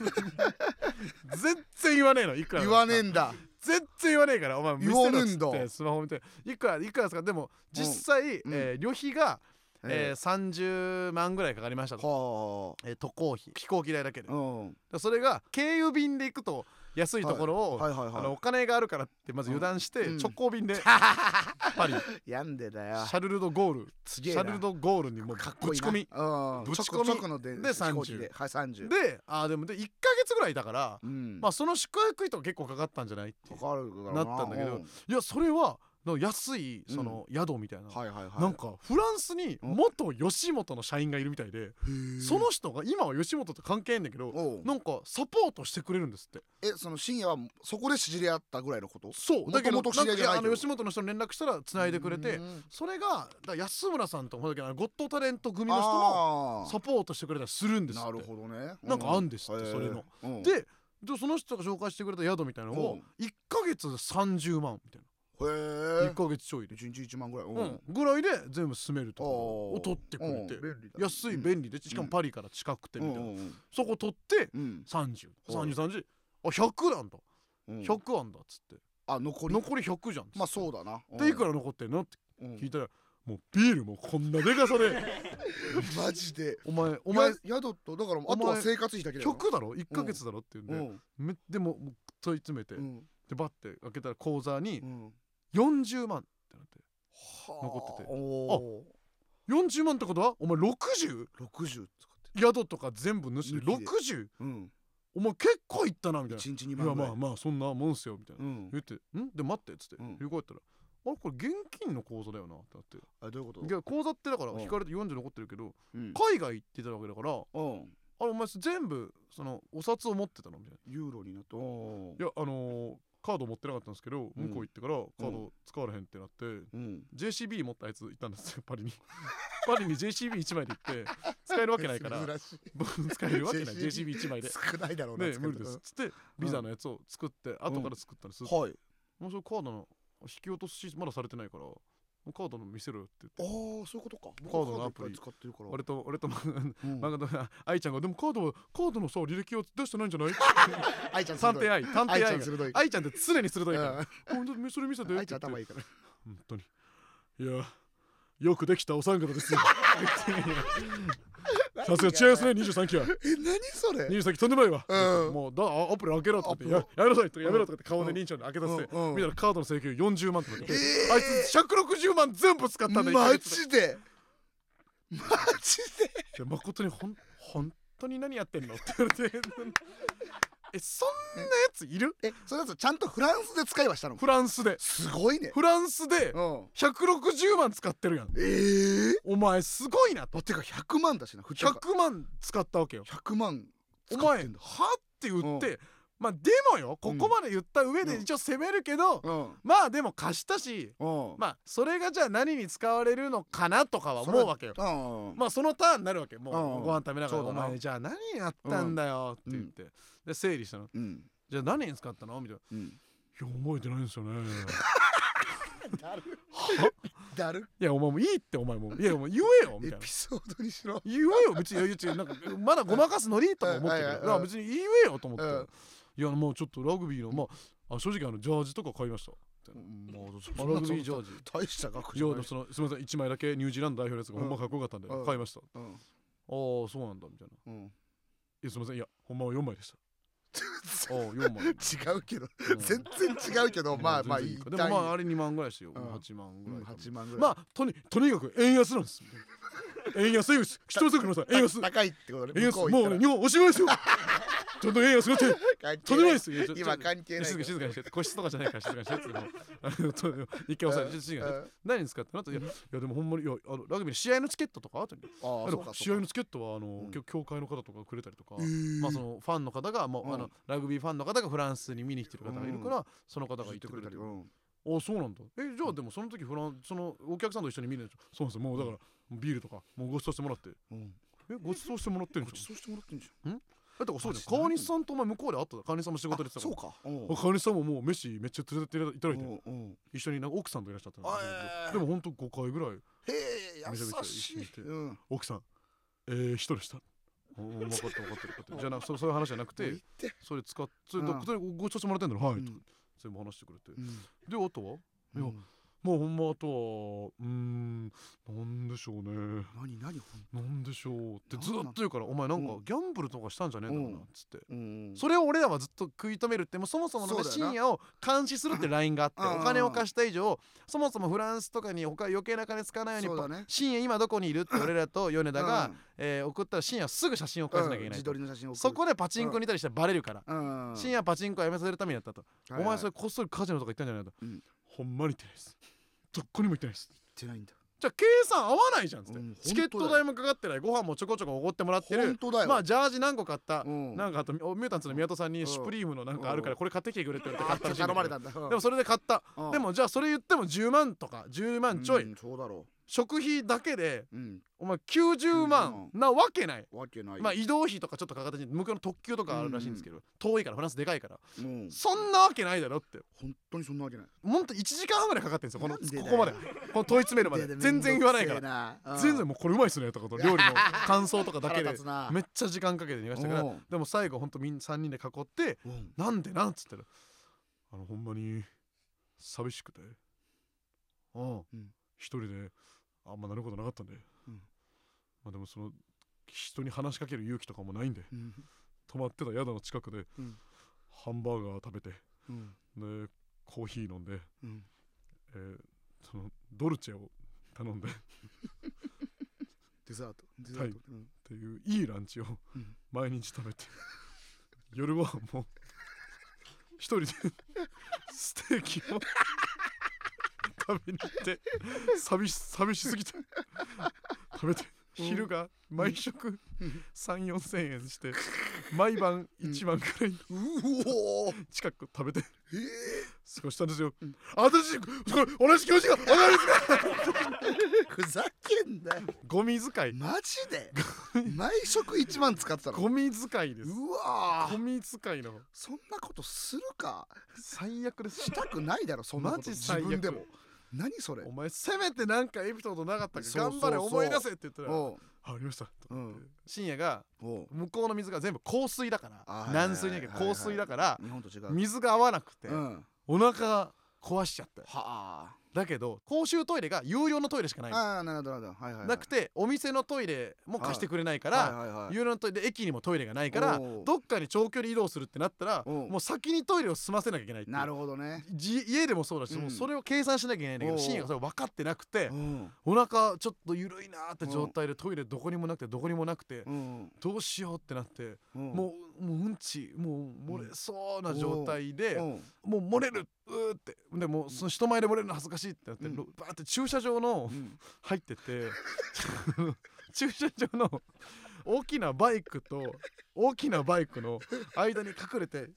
Speaker 1: 然言わねえのいくら
Speaker 2: 言わねえ
Speaker 1: え
Speaker 2: んだ
Speaker 1: 全然言わねえからお前見せろっつっ
Speaker 2: 言わねえん
Speaker 1: て
Speaker 2: だ
Speaker 1: スマホ見ていくらいくらですかでも実際、
Speaker 2: うん
Speaker 1: えー旅費がえ
Speaker 2: え
Speaker 1: ー30万ぐらいかかりました
Speaker 2: ー
Speaker 1: と、
Speaker 2: は
Speaker 1: えー渡航費飛行機代だけで
Speaker 2: あうん
Speaker 1: でそれが経由便で行くと安いところを、
Speaker 2: はいはい
Speaker 1: あのお
Speaker 2: は
Speaker 1: 金があるからってまず油断して、
Speaker 2: うん
Speaker 1: 直行 便でパリシ
Speaker 2: いやんでだよ
Speaker 1: ャルルド・ゴール
Speaker 2: す
Speaker 1: シ
Speaker 2: げえな
Speaker 1: ャルルド・ゴールにもう
Speaker 2: かっ
Speaker 1: ぶ
Speaker 2: こい
Speaker 1: ち
Speaker 2: い
Speaker 1: 込み
Speaker 2: なうん
Speaker 1: ぶち込み
Speaker 2: 直ので
Speaker 1: で
Speaker 2: 飛行機ではい30
Speaker 1: であーでもで1ヶ月ぐらいいたから、
Speaker 2: うん
Speaker 1: まあその宿泊費とか結構かかったんじゃないっていう
Speaker 2: かかるだろう
Speaker 1: なったんだけど
Speaker 2: う
Speaker 1: いやそれはなんか安いその宿みたいな、
Speaker 2: はいはいはい
Speaker 1: なんかフランスに
Speaker 2: うん
Speaker 1: 元吉本の社員がいるみたいで、
Speaker 2: へー
Speaker 1: その人が今は吉本と関係ないんだけど、
Speaker 2: おう
Speaker 1: なんかサポートしてくれるんですって
Speaker 2: えその深夜はそこで知り合ったぐらいのこと
Speaker 1: そうだけど
Speaker 2: 元々知り合いじゃない
Speaker 1: んかやあ
Speaker 2: けど
Speaker 1: の吉本の人に連絡したら繋いでくれて
Speaker 2: うん
Speaker 1: それがだ安村さんとかだけどあのゴッドタレント組の人も
Speaker 2: あー
Speaker 1: サポートしてくれたりするんですって
Speaker 2: なるほどね
Speaker 1: なんかあんですって
Speaker 2: へー
Speaker 1: それの
Speaker 2: うん
Speaker 1: ででその人が紹介してくれた宿みたいなの
Speaker 2: う
Speaker 1: を
Speaker 2: ん
Speaker 1: 1ヶ月30万みたいな
Speaker 2: へえ
Speaker 1: 1ヶ月ちょいで、
Speaker 2: 1日1万ぐらいうん
Speaker 1: うん、ぐらいで全部住めるところ
Speaker 2: おー
Speaker 1: を取ってくれて
Speaker 2: うん便利だ
Speaker 1: 安い便利でしかもパリから近くてみたいな、
Speaker 2: うんうん
Speaker 1: そこ取って
Speaker 2: うん
Speaker 1: 303030あ100なんだ
Speaker 2: うん
Speaker 1: 100あんだっつって
Speaker 2: あ残り
Speaker 1: 残り100じゃんっつって
Speaker 2: まあそうだな
Speaker 1: でいく
Speaker 2: ら
Speaker 1: ら残ってんのって聞いたらもうビールもこんなでかさ で
Speaker 2: マジで
Speaker 1: お前お
Speaker 2: お
Speaker 1: 前
Speaker 2: 前宿とだから
Speaker 1: 前
Speaker 2: あとは生活費だけだよ
Speaker 1: 100だろ1ヶ月だろって言うん
Speaker 2: う
Speaker 1: で、
Speaker 2: ん
Speaker 1: めでももう問い詰めて、
Speaker 2: うん
Speaker 1: でバッて開けたら口座に
Speaker 2: うん
Speaker 1: 40万ってなって
Speaker 2: 残
Speaker 1: ってて
Speaker 2: お
Speaker 1: 40万ってことはお前 60?
Speaker 2: ー60使って
Speaker 1: 宿とか全部主で
Speaker 2: 抜きで
Speaker 1: 60?
Speaker 2: うん
Speaker 1: お前結構いったなみたいな「
Speaker 2: 1日
Speaker 1: い
Speaker 2: 2
Speaker 1: や
Speaker 2: 万ぐ
Speaker 1: ま
Speaker 2: らい
Speaker 1: あまあそんなもんっすよ」みたいな、
Speaker 2: うん
Speaker 1: 言って「んで待って」っつって
Speaker 2: うん
Speaker 1: 振り返ったら「あれこれ現金の口座だよな」ってなって
Speaker 2: あどういうこと
Speaker 1: いや口座ってだから
Speaker 2: うん
Speaker 1: 引かれて40残ってるけど
Speaker 2: うん
Speaker 1: 海外行ってたわけだから「
Speaker 2: うん
Speaker 1: あれお前全部そのお札を持ってたの?」みたいな
Speaker 2: ユーロになった
Speaker 1: 「
Speaker 2: お
Speaker 1: い
Speaker 2: ー
Speaker 1: やあのーカード持ってなかったんですけど向こう行ってからカード使われへん」ってなって、
Speaker 2: うん、
Speaker 1: JCB 持ったやついたんですよパリにパリに JCB1 枚で行って使えるわけないから
Speaker 2: 珍しい
Speaker 1: 使えるわけない
Speaker 2: JCB
Speaker 1: JCB1 枚で
Speaker 2: 少ないだろうな
Speaker 1: ね
Speaker 2: 使い方
Speaker 1: 無理ですっつってビザのやつを作って後から作ったんです、
Speaker 2: はい
Speaker 1: もうそれカードの引き落としまだされてないからカードの見せろよって言って
Speaker 2: ああそういうことか僕
Speaker 1: カードのアプ
Speaker 2: カい
Speaker 1: リ
Speaker 2: っぱい使ってるから
Speaker 1: 俺と俺と漫
Speaker 2: うん
Speaker 1: 画の愛ちゃんがでもカードはカードのさ履歴を出してないんじゃない
Speaker 2: 愛ちゃん
Speaker 1: 探
Speaker 2: 鋭い
Speaker 1: 偵愛探偵愛
Speaker 2: 愛ちゃん
Speaker 1: が
Speaker 2: 鋭い
Speaker 1: 愛ちゃんって常に鋭いか
Speaker 2: う
Speaker 1: らほんとそれ見せて
Speaker 2: ん
Speaker 1: っ
Speaker 2: 愛
Speaker 1: て
Speaker 2: ちゃ
Speaker 1: 言
Speaker 2: ん
Speaker 1: って
Speaker 2: 頭いいから
Speaker 1: 本当にいやよくできたお三方ですよさすが違いますね23期は
Speaker 2: え何それ
Speaker 1: 23期とんでもないわ、
Speaker 2: うん
Speaker 1: もうだあアプリ開けろとかって
Speaker 2: アプリ
Speaker 1: ややめなさいとかやめろとかって顔で認証で開けさせて、
Speaker 2: うんうん
Speaker 1: みたいなカードの請求40万とかって、
Speaker 2: えー
Speaker 1: あいつ160万全部使ったんだ
Speaker 2: マ
Speaker 1: 一ヶ月
Speaker 2: ジでマジで
Speaker 1: で誠にほん本当に何やってんのって 言われてえそんなやついる
Speaker 2: えそれだとちゃんとフランスで使いはしたの
Speaker 1: フランスです
Speaker 2: ごいね
Speaker 1: フランスで
Speaker 2: うん
Speaker 1: 160万使ってるやん
Speaker 2: ええ
Speaker 1: お前すごいなと
Speaker 2: あてか100万だしな普通
Speaker 1: 100万使ったわけよ
Speaker 2: 100万
Speaker 1: お
Speaker 2: 使っ
Speaker 1: 前
Speaker 2: て
Speaker 1: は
Speaker 2: んだ
Speaker 1: って言って、まあでもよここまで言った上で一応責めるけど、
Speaker 2: うん
Speaker 1: まあでも貸したし
Speaker 2: うん
Speaker 1: まあそれがじゃあ何に使われるのかなとかは
Speaker 2: それ
Speaker 1: 思うわけよ
Speaker 2: うん
Speaker 1: まあそのターンになるわけも
Speaker 2: うんう
Speaker 1: うんご飯食べながら「
Speaker 2: そう
Speaker 1: お
Speaker 2: だな
Speaker 1: 前じゃあ何やったんだよ」って言って、で整理したの
Speaker 2: うん
Speaker 1: 「じゃあ何に使ったの?」みたいな
Speaker 2: うん
Speaker 1: 「いや覚えてないんです よね」
Speaker 2: だる
Speaker 1: は
Speaker 2: だる
Speaker 1: いやお前もういいってお前もういやお前言えよ」み
Speaker 2: エ
Speaker 1: たいな
Speaker 2: ピ。ソードにしろ
Speaker 1: 言えよ別にいやいや違うなんかまだごまかすのにとか思ってる
Speaker 2: うんはいはいうん
Speaker 1: いや別に言えよと思って、
Speaker 2: うん
Speaker 1: いやもうちょっとラグビーのまああ正直あのジャージとか買いました
Speaker 2: もう
Speaker 1: あラグビージャージ
Speaker 2: 大した額
Speaker 1: い
Speaker 2: じゃ
Speaker 1: やでも
Speaker 2: ない
Speaker 1: そのすみません1枚だけニュージーランド代表のやつがほんまかっこよかったんで
Speaker 2: うん
Speaker 1: 買いました、あ
Speaker 2: うん
Speaker 1: あそうなんだみたいな
Speaker 2: うん
Speaker 1: いやすみませんいやほんまは4枚で したああ4枚、
Speaker 2: 違うけど
Speaker 1: うん
Speaker 2: 全然違うけどまあまあ
Speaker 1: 全然
Speaker 2: 一
Speaker 1: いいかでも
Speaker 2: 旦
Speaker 1: まああれ2万ぐらいですよ、
Speaker 2: うん
Speaker 1: 8万ぐ
Speaker 2: う
Speaker 1: らい
Speaker 2: ん
Speaker 1: かな、
Speaker 2: 8万ぐらい
Speaker 1: まあとにとにかく円安なんです 円安円安一つください円安
Speaker 2: 高いってこと
Speaker 1: 円
Speaker 2: ね向
Speaker 1: 安
Speaker 2: こ
Speaker 1: も
Speaker 2: う
Speaker 1: う
Speaker 2: 行った
Speaker 1: ね日本おしまいですよちょっと円安 になって
Speaker 2: ら
Speaker 1: とんでもないで
Speaker 2: 関
Speaker 1: すよいやちょ
Speaker 2: 今
Speaker 1: ちょ
Speaker 2: 関係ない
Speaker 1: 静から
Speaker 2: か
Speaker 1: に静かにして個室とかじゃないから静かにしてってもうあの と一回押さえてちょっと静か
Speaker 2: 係な
Speaker 1: に
Speaker 2: い
Speaker 1: して
Speaker 2: うん
Speaker 1: 何に使ったのといやいやでもほんまにいやあのラグビーの試合のチケットとかあとに
Speaker 2: ああ
Speaker 1: あ
Speaker 2: そ
Speaker 1: の
Speaker 2: うか
Speaker 1: 試合
Speaker 2: そう
Speaker 1: の
Speaker 2: か
Speaker 1: チケットはあの、
Speaker 2: うん
Speaker 1: 今日協会の方とかくれたりとか、
Speaker 2: えー
Speaker 1: まあそのファンの方がもう、あ
Speaker 2: う
Speaker 1: の
Speaker 2: ん
Speaker 1: ラグビーファンの方がフランスに見に来てる方がいるから、その方が言ってくれたり
Speaker 2: うん
Speaker 1: あそうなんだえじゃあでもその時フランそのお客さんと一緒に見るんでしょそうなんですよもうだからビールとかもうご馳走してもらって
Speaker 2: うん
Speaker 1: えご馳走してもらってるん
Speaker 2: ご
Speaker 1: で
Speaker 2: ち
Speaker 1: しょ
Speaker 2: そうしてもらってんじ
Speaker 1: だってそうじゃん
Speaker 2: マジ
Speaker 1: 川西さんとお前向こうで会った川西さんも仕
Speaker 2: ゃん
Speaker 1: 事で
Speaker 2: あ
Speaker 1: さ
Speaker 2: そうかうん
Speaker 1: あ川西さんももう飯めっちゃ連れてっていただいて
Speaker 2: うんうん
Speaker 1: 一緒になんか奥さんといらっしゃったんです
Speaker 2: あ
Speaker 1: けどでもほんと5回ぐらい
Speaker 2: へえ
Speaker 1: めちゃめちゃ
Speaker 2: 優
Speaker 1: 一緒
Speaker 2: し
Speaker 1: にい
Speaker 2: い
Speaker 1: て
Speaker 2: うん
Speaker 1: 奥さんえー、人でしたおお分かった分かった分か ったじゃあなそそういう話じゃなくて
Speaker 2: 行って
Speaker 1: それ使ってそれと
Speaker 2: うん
Speaker 1: それごちそうしてもらってんだろは
Speaker 2: う
Speaker 1: い、
Speaker 2: ん
Speaker 1: 全部話してくれて
Speaker 2: うん
Speaker 1: であとは
Speaker 2: う
Speaker 1: いや
Speaker 2: ん
Speaker 1: まあほんまあとはうーんなんでしょうね
Speaker 2: 何何ほ
Speaker 1: な
Speaker 2: ん
Speaker 1: んでしょうって
Speaker 2: なん
Speaker 1: ず
Speaker 2: なん
Speaker 1: っと言うからお前なんか
Speaker 2: うん
Speaker 1: ギャンブルとかしたんじゃねえんだろうな
Speaker 2: うん
Speaker 1: っつって
Speaker 2: うん
Speaker 1: それを俺らはずっと食い止めるってもうそもそものね
Speaker 2: そうだよな
Speaker 1: 深夜を監視するってラインがあって
Speaker 2: うん
Speaker 1: お金を貸した以上そもそもフランスとかに他余計な金使わないよう
Speaker 2: そう
Speaker 1: に
Speaker 2: だね
Speaker 1: 深夜今どこにいるって俺らと米田
Speaker 2: う
Speaker 1: が
Speaker 2: ん
Speaker 1: えー送ったら深夜すぐ写真を返さなきゃいけ
Speaker 2: うん
Speaker 1: ない
Speaker 2: 自撮りの写真を送る
Speaker 1: そこでパチンコにいたりしたらバレるから
Speaker 2: うん
Speaker 1: 深夜パチンコをやめさせるためにやったとお前それ
Speaker 2: れ
Speaker 1: こっそりカジノとか行ったんじゃないのと
Speaker 2: うん
Speaker 1: ほんまに行ってないですどっこにも行ってないです
Speaker 2: ってないんだ
Speaker 1: じゃあ計算合わないじゃんっつって、
Speaker 2: うん
Speaker 1: チケット代もかかってないご飯もちょこちょこおごってもらって
Speaker 2: 本
Speaker 1: る
Speaker 2: 当だよ
Speaker 1: まあジャージ何個買った、
Speaker 2: うん
Speaker 1: なんかあとミュータンツの宮戸さん
Speaker 2: う
Speaker 1: に
Speaker 2: ん
Speaker 1: シュプリームのなんかあるからこれ買ってきてくれって言われて買
Speaker 2: あ
Speaker 1: ったらしいんだけ
Speaker 2: 頼
Speaker 1: ど
Speaker 2: まれたんだ
Speaker 1: でもそれで買った、
Speaker 2: うん
Speaker 1: でもじゃあそれ言っても10万とか10万ちょい、
Speaker 2: うんそうだろ
Speaker 1: 食費だけで
Speaker 2: うん
Speaker 1: お前90万なわけない、
Speaker 2: わけない
Speaker 1: まあ移動費とかちょっとかかったし向こうの特急とかあるらしいんですけど、遠いからフランスでかいから
Speaker 2: もう
Speaker 1: そんなわけないだろって
Speaker 2: 本当にそんなわけない
Speaker 1: ほんと1時間半ぐらいかかってるんですよこの
Speaker 2: なんでだよ
Speaker 1: ここまでこの問い詰めるまで全然言わないから
Speaker 2: ら
Speaker 1: 全然もうこれうまいっすねとかと料理の感想とかだけで
Speaker 2: 腹立つな
Speaker 1: めっちゃ時間かけて逃がしたからでも最後ほんとみんな3人で囲って「なんでなん?」っつったら「あのほんまに寂しくてうん
Speaker 2: うん
Speaker 1: 一人であんまなることなかったんで、
Speaker 2: うん
Speaker 1: まあでもその人に話しかける勇気とかもないんで泊まってた宿の近くで、
Speaker 2: うん
Speaker 1: ハンバーガー食べてでコーヒー飲んで、えーそのドルチェを頼んで っ
Speaker 2: デザートデ
Speaker 1: ザートていういいランチを
Speaker 2: うん
Speaker 1: 毎日食べて、夜はもう一人でステーキを食べに行って寂し寂しすぎて食べて
Speaker 2: うん
Speaker 1: 昼が毎食
Speaker 2: うん
Speaker 1: 3 4千円して毎晩1万くらいう
Speaker 2: おー
Speaker 1: 近く食べて
Speaker 2: えー
Speaker 1: 過ごしたんですよ。
Speaker 2: うん
Speaker 1: 私これ同じ気持ちが同じ
Speaker 2: ふざけんなよ
Speaker 1: ゴミ使い
Speaker 2: マジで毎食1万使ってたの
Speaker 1: ゴミ使いです。
Speaker 2: うわ
Speaker 1: ゴ
Speaker 2: ー
Speaker 1: ミ使いの
Speaker 2: そんなことするか
Speaker 1: 最悪です。
Speaker 2: したくないだろそんなこと
Speaker 1: マジ最
Speaker 2: 自
Speaker 1: 悪
Speaker 2: 分でも何それ
Speaker 1: お前せめてなんかエピソードなかったか
Speaker 2: そうそう
Speaker 1: 頑
Speaker 2: そう
Speaker 1: 張れ思い出せって言ったら
Speaker 2: おう
Speaker 1: あありましたとか言って
Speaker 2: う
Speaker 1: 深夜が
Speaker 2: おう
Speaker 1: 向こうの水が全部硬水だか
Speaker 2: あ
Speaker 1: ら
Speaker 2: ーはいはいはい
Speaker 1: 軟水だけど硬水だから
Speaker 2: 日本と違う
Speaker 1: 水が合わなくて
Speaker 2: うんは
Speaker 1: お腹壊しちゃったよ
Speaker 2: あ
Speaker 1: だけど公衆トイレが有料のトイレしかないの
Speaker 2: ああなるほどなるほどはいはいはい
Speaker 1: なくてお店のトイレも貸してくれないから
Speaker 2: はいはいはい
Speaker 1: 有料のトイレで駅にもトイレがないから
Speaker 2: おう
Speaker 1: どっかに長距離移動するってなったら
Speaker 2: おう
Speaker 1: もう先にトイレを済ませなきゃいけないっていう
Speaker 2: なるほどね
Speaker 1: じ家でもそうだし、
Speaker 2: うん
Speaker 1: もうそれを計算しなきゃいけないんだけ
Speaker 2: おう
Speaker 1: ど
Speaker 2: おう
Speaker 1: 深夜がそれ分かってなくて
Speaker 2: うん
Speaker 1: お腹ちょっとゆるいなーって状態でトイレどこにもなくてどこにもなくて
Speaker 2: うん
Speaker 1: どうしようってなって
Speaker 2: うん
Speaker 1: もうもううんちもう漏れそうな状態
Speaker 2: う
Speaker 1: で
Speaker 2: ん
Speaker 1: もう漏れるうーってでもうその人前で漏れるの恥ずかしいってなって
Speaker 2: うん
Speaker 1: ろバーって駐車場の
Speaker 2: うん
Speaker 1: 入ってて 駐車場の大きなバイクと大きなバイクの間に隠れてう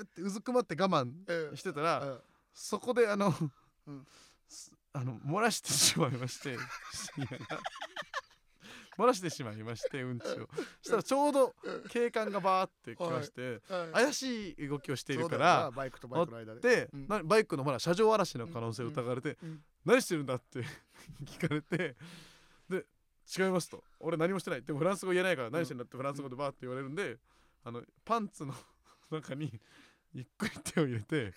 Speaker 1: ーってうずくまって我慢
Speaker 2: うん
Speaker 1: してたらそこであの、
Speaker 2: うん
Speaker 1: すあの漏らしてしまいまして深夜が漏らしてしまいましてうんちをしたらちょうど警官がバーって来まして、
Speaker 2: はい
Speaker 1: 怪しい動きをしているか
Speaker 2: そうだよ
Speaker 1: ら
Speaker 2: なバイクとバイクの間で
Speaker 1: で、
Speaker 2: うん
Speaker 1: なバイクのほら車上荒らしの可能性を疑われて、
Speaker 2: うん
Speaker 1: 何してるんだって 聞かれてで違いますと俺何もしてないでもフランス語言えないから何してるんだってフランス語でバーって言われるんであのパンツの 中にゆっくり手を入れて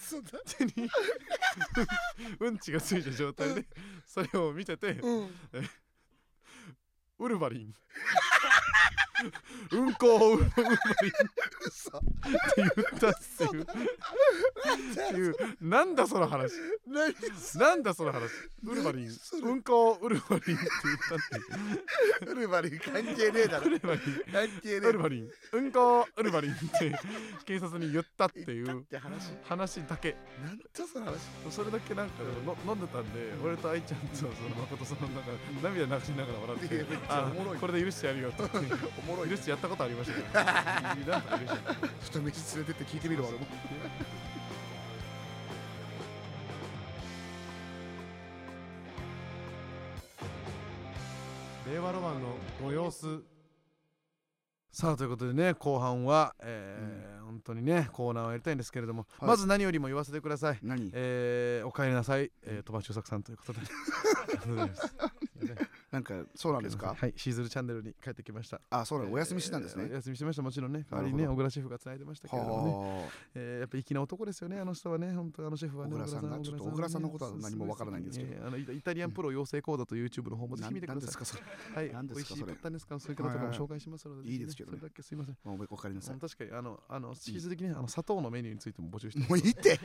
Speaker 2: そうだ
Speaker 1: 手に うんちがついた状態でそれを見てて
Speaker 2: うん
Speaker 1: ウルヴァリンうんこをウルヴァリン
Speaker 2: 嘘
Speaker 1: って言ったっていうっていうなんだその話
Speaker 2: 何
Speaker 1: なんだその話ウルヴァリンうんこをウルヴァリンって
Speaker 2: ウルバリン関係ねえだろ
Speaker 1: 言ったっていう
Speaker 2: 関係ね
Speaker 1: ウルヴァリンうんこをウルヴァリンって警察に言ったってい
Speaker 2: えだっ
Speaker 1: う
Speaker 2: て話
Speaker 1: 話だけ
Speaker 2: なんだその話
Speaker 1: それだけなんかでもの飲んでたんで俺と愛ちゃんとその誠さんのなんか涙流しながら笑っ
Speaker 2: いや
Speaker 1: て
Speaker 2: めっちゃ
Speaker 1: あ
Speaker 2: おもろい
Speaker 1: これで許してやるよって
Speaker 2: おもろい
Speaker 1: 許
Speaker 2: ね
Speaker 1: してやったことありましたけど なんとか許して
Speaker 2: 人飯連れてって聞いてみるわ俺も
Speaker 1: 令和ロマンのご様子さあということでね後半は、えー本当にねコーナーをやりたいんですけれども、
Speaker 2: はい
Speaker 1: まず何よりも言わせてください、
Speaker 2: 何
Speaker 1: えー、お帰りなさい、えー、鳥羽周作さんという ことでありがとうござい ますすいません
Speaker 2: なんかそうなんですか
Speaker 1: はいシーズルチャンネルに帰ってきました
Speaker 2: あそうなのお休みしてたんです
Speaker 1: えーお
Speaker 2: ね
Speaker 1: 休みしてましたもちろんね代わりにね
Speaker 2: なる
Speaker 1: 小倉シェフがつないでましたけれどもね、
Speaker 2: は
Speaker 1: えー、やっぱ粋な男ですよねあの人はね本当あのシェフはね
Speaker 2: 小倉さんが
Speaker 1: 小
Speaker 2: ちょっと
Speaker 1: はね
Speaker 2: 小倉さんのことは何もわからないんですけど
Speaker 1: えーあのイタイタリアンプロ養成講座という YouTube の方
Speaker 2: あ
Speaker 1: もぜひ見てくだ
Speaker 2: なんで
Speaker 1: さ
Speaker 2: すかそれ
Speaker 1: いはい
Speaker 2: なんで
Speaker 1: 美
Speaker 2: す
Speaker 1: 味
Speaker 2: か
Speaker 1: しい
Speaker 2: それ
Speaker 1: パターンですかそういう方とかも紹介しますので
Speaker 2: いいですけどね
Speaker 1: それだけすいません
Speaker 2: まあお帰りなさ
Speaker 1: あ
Speaker 2: い
Speaker 1: の確かにあのあのシーズン的にあの砂糖のメニューについても募集してます
Speaker 2: もういいって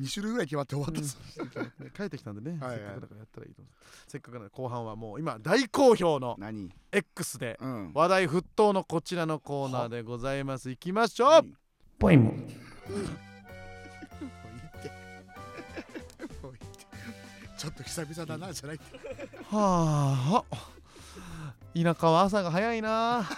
Speaker 2: 2種類ぐらい決まって終わったぞ
Speaker 1: うん帰ってきたんでね、
Speaker 2: はいはい
Speaker 1: せっかくだからやったらいいと思うせっかくなので後半はもう今大好評の
Speaker 2: 何
Speaker 1: X で
Speaker 2: うん
Speaker 1: 話題沸騰のこちらのコーナーでございますいきましょ
Speaker 2: は
Speaker 1: う
Speaker 2: い
Speaker 1: ポイム
Speaker 2: もういいってもういいってちょっと久々だなじゃないって
Speaker 1: はあ田舎は朝が早いなあ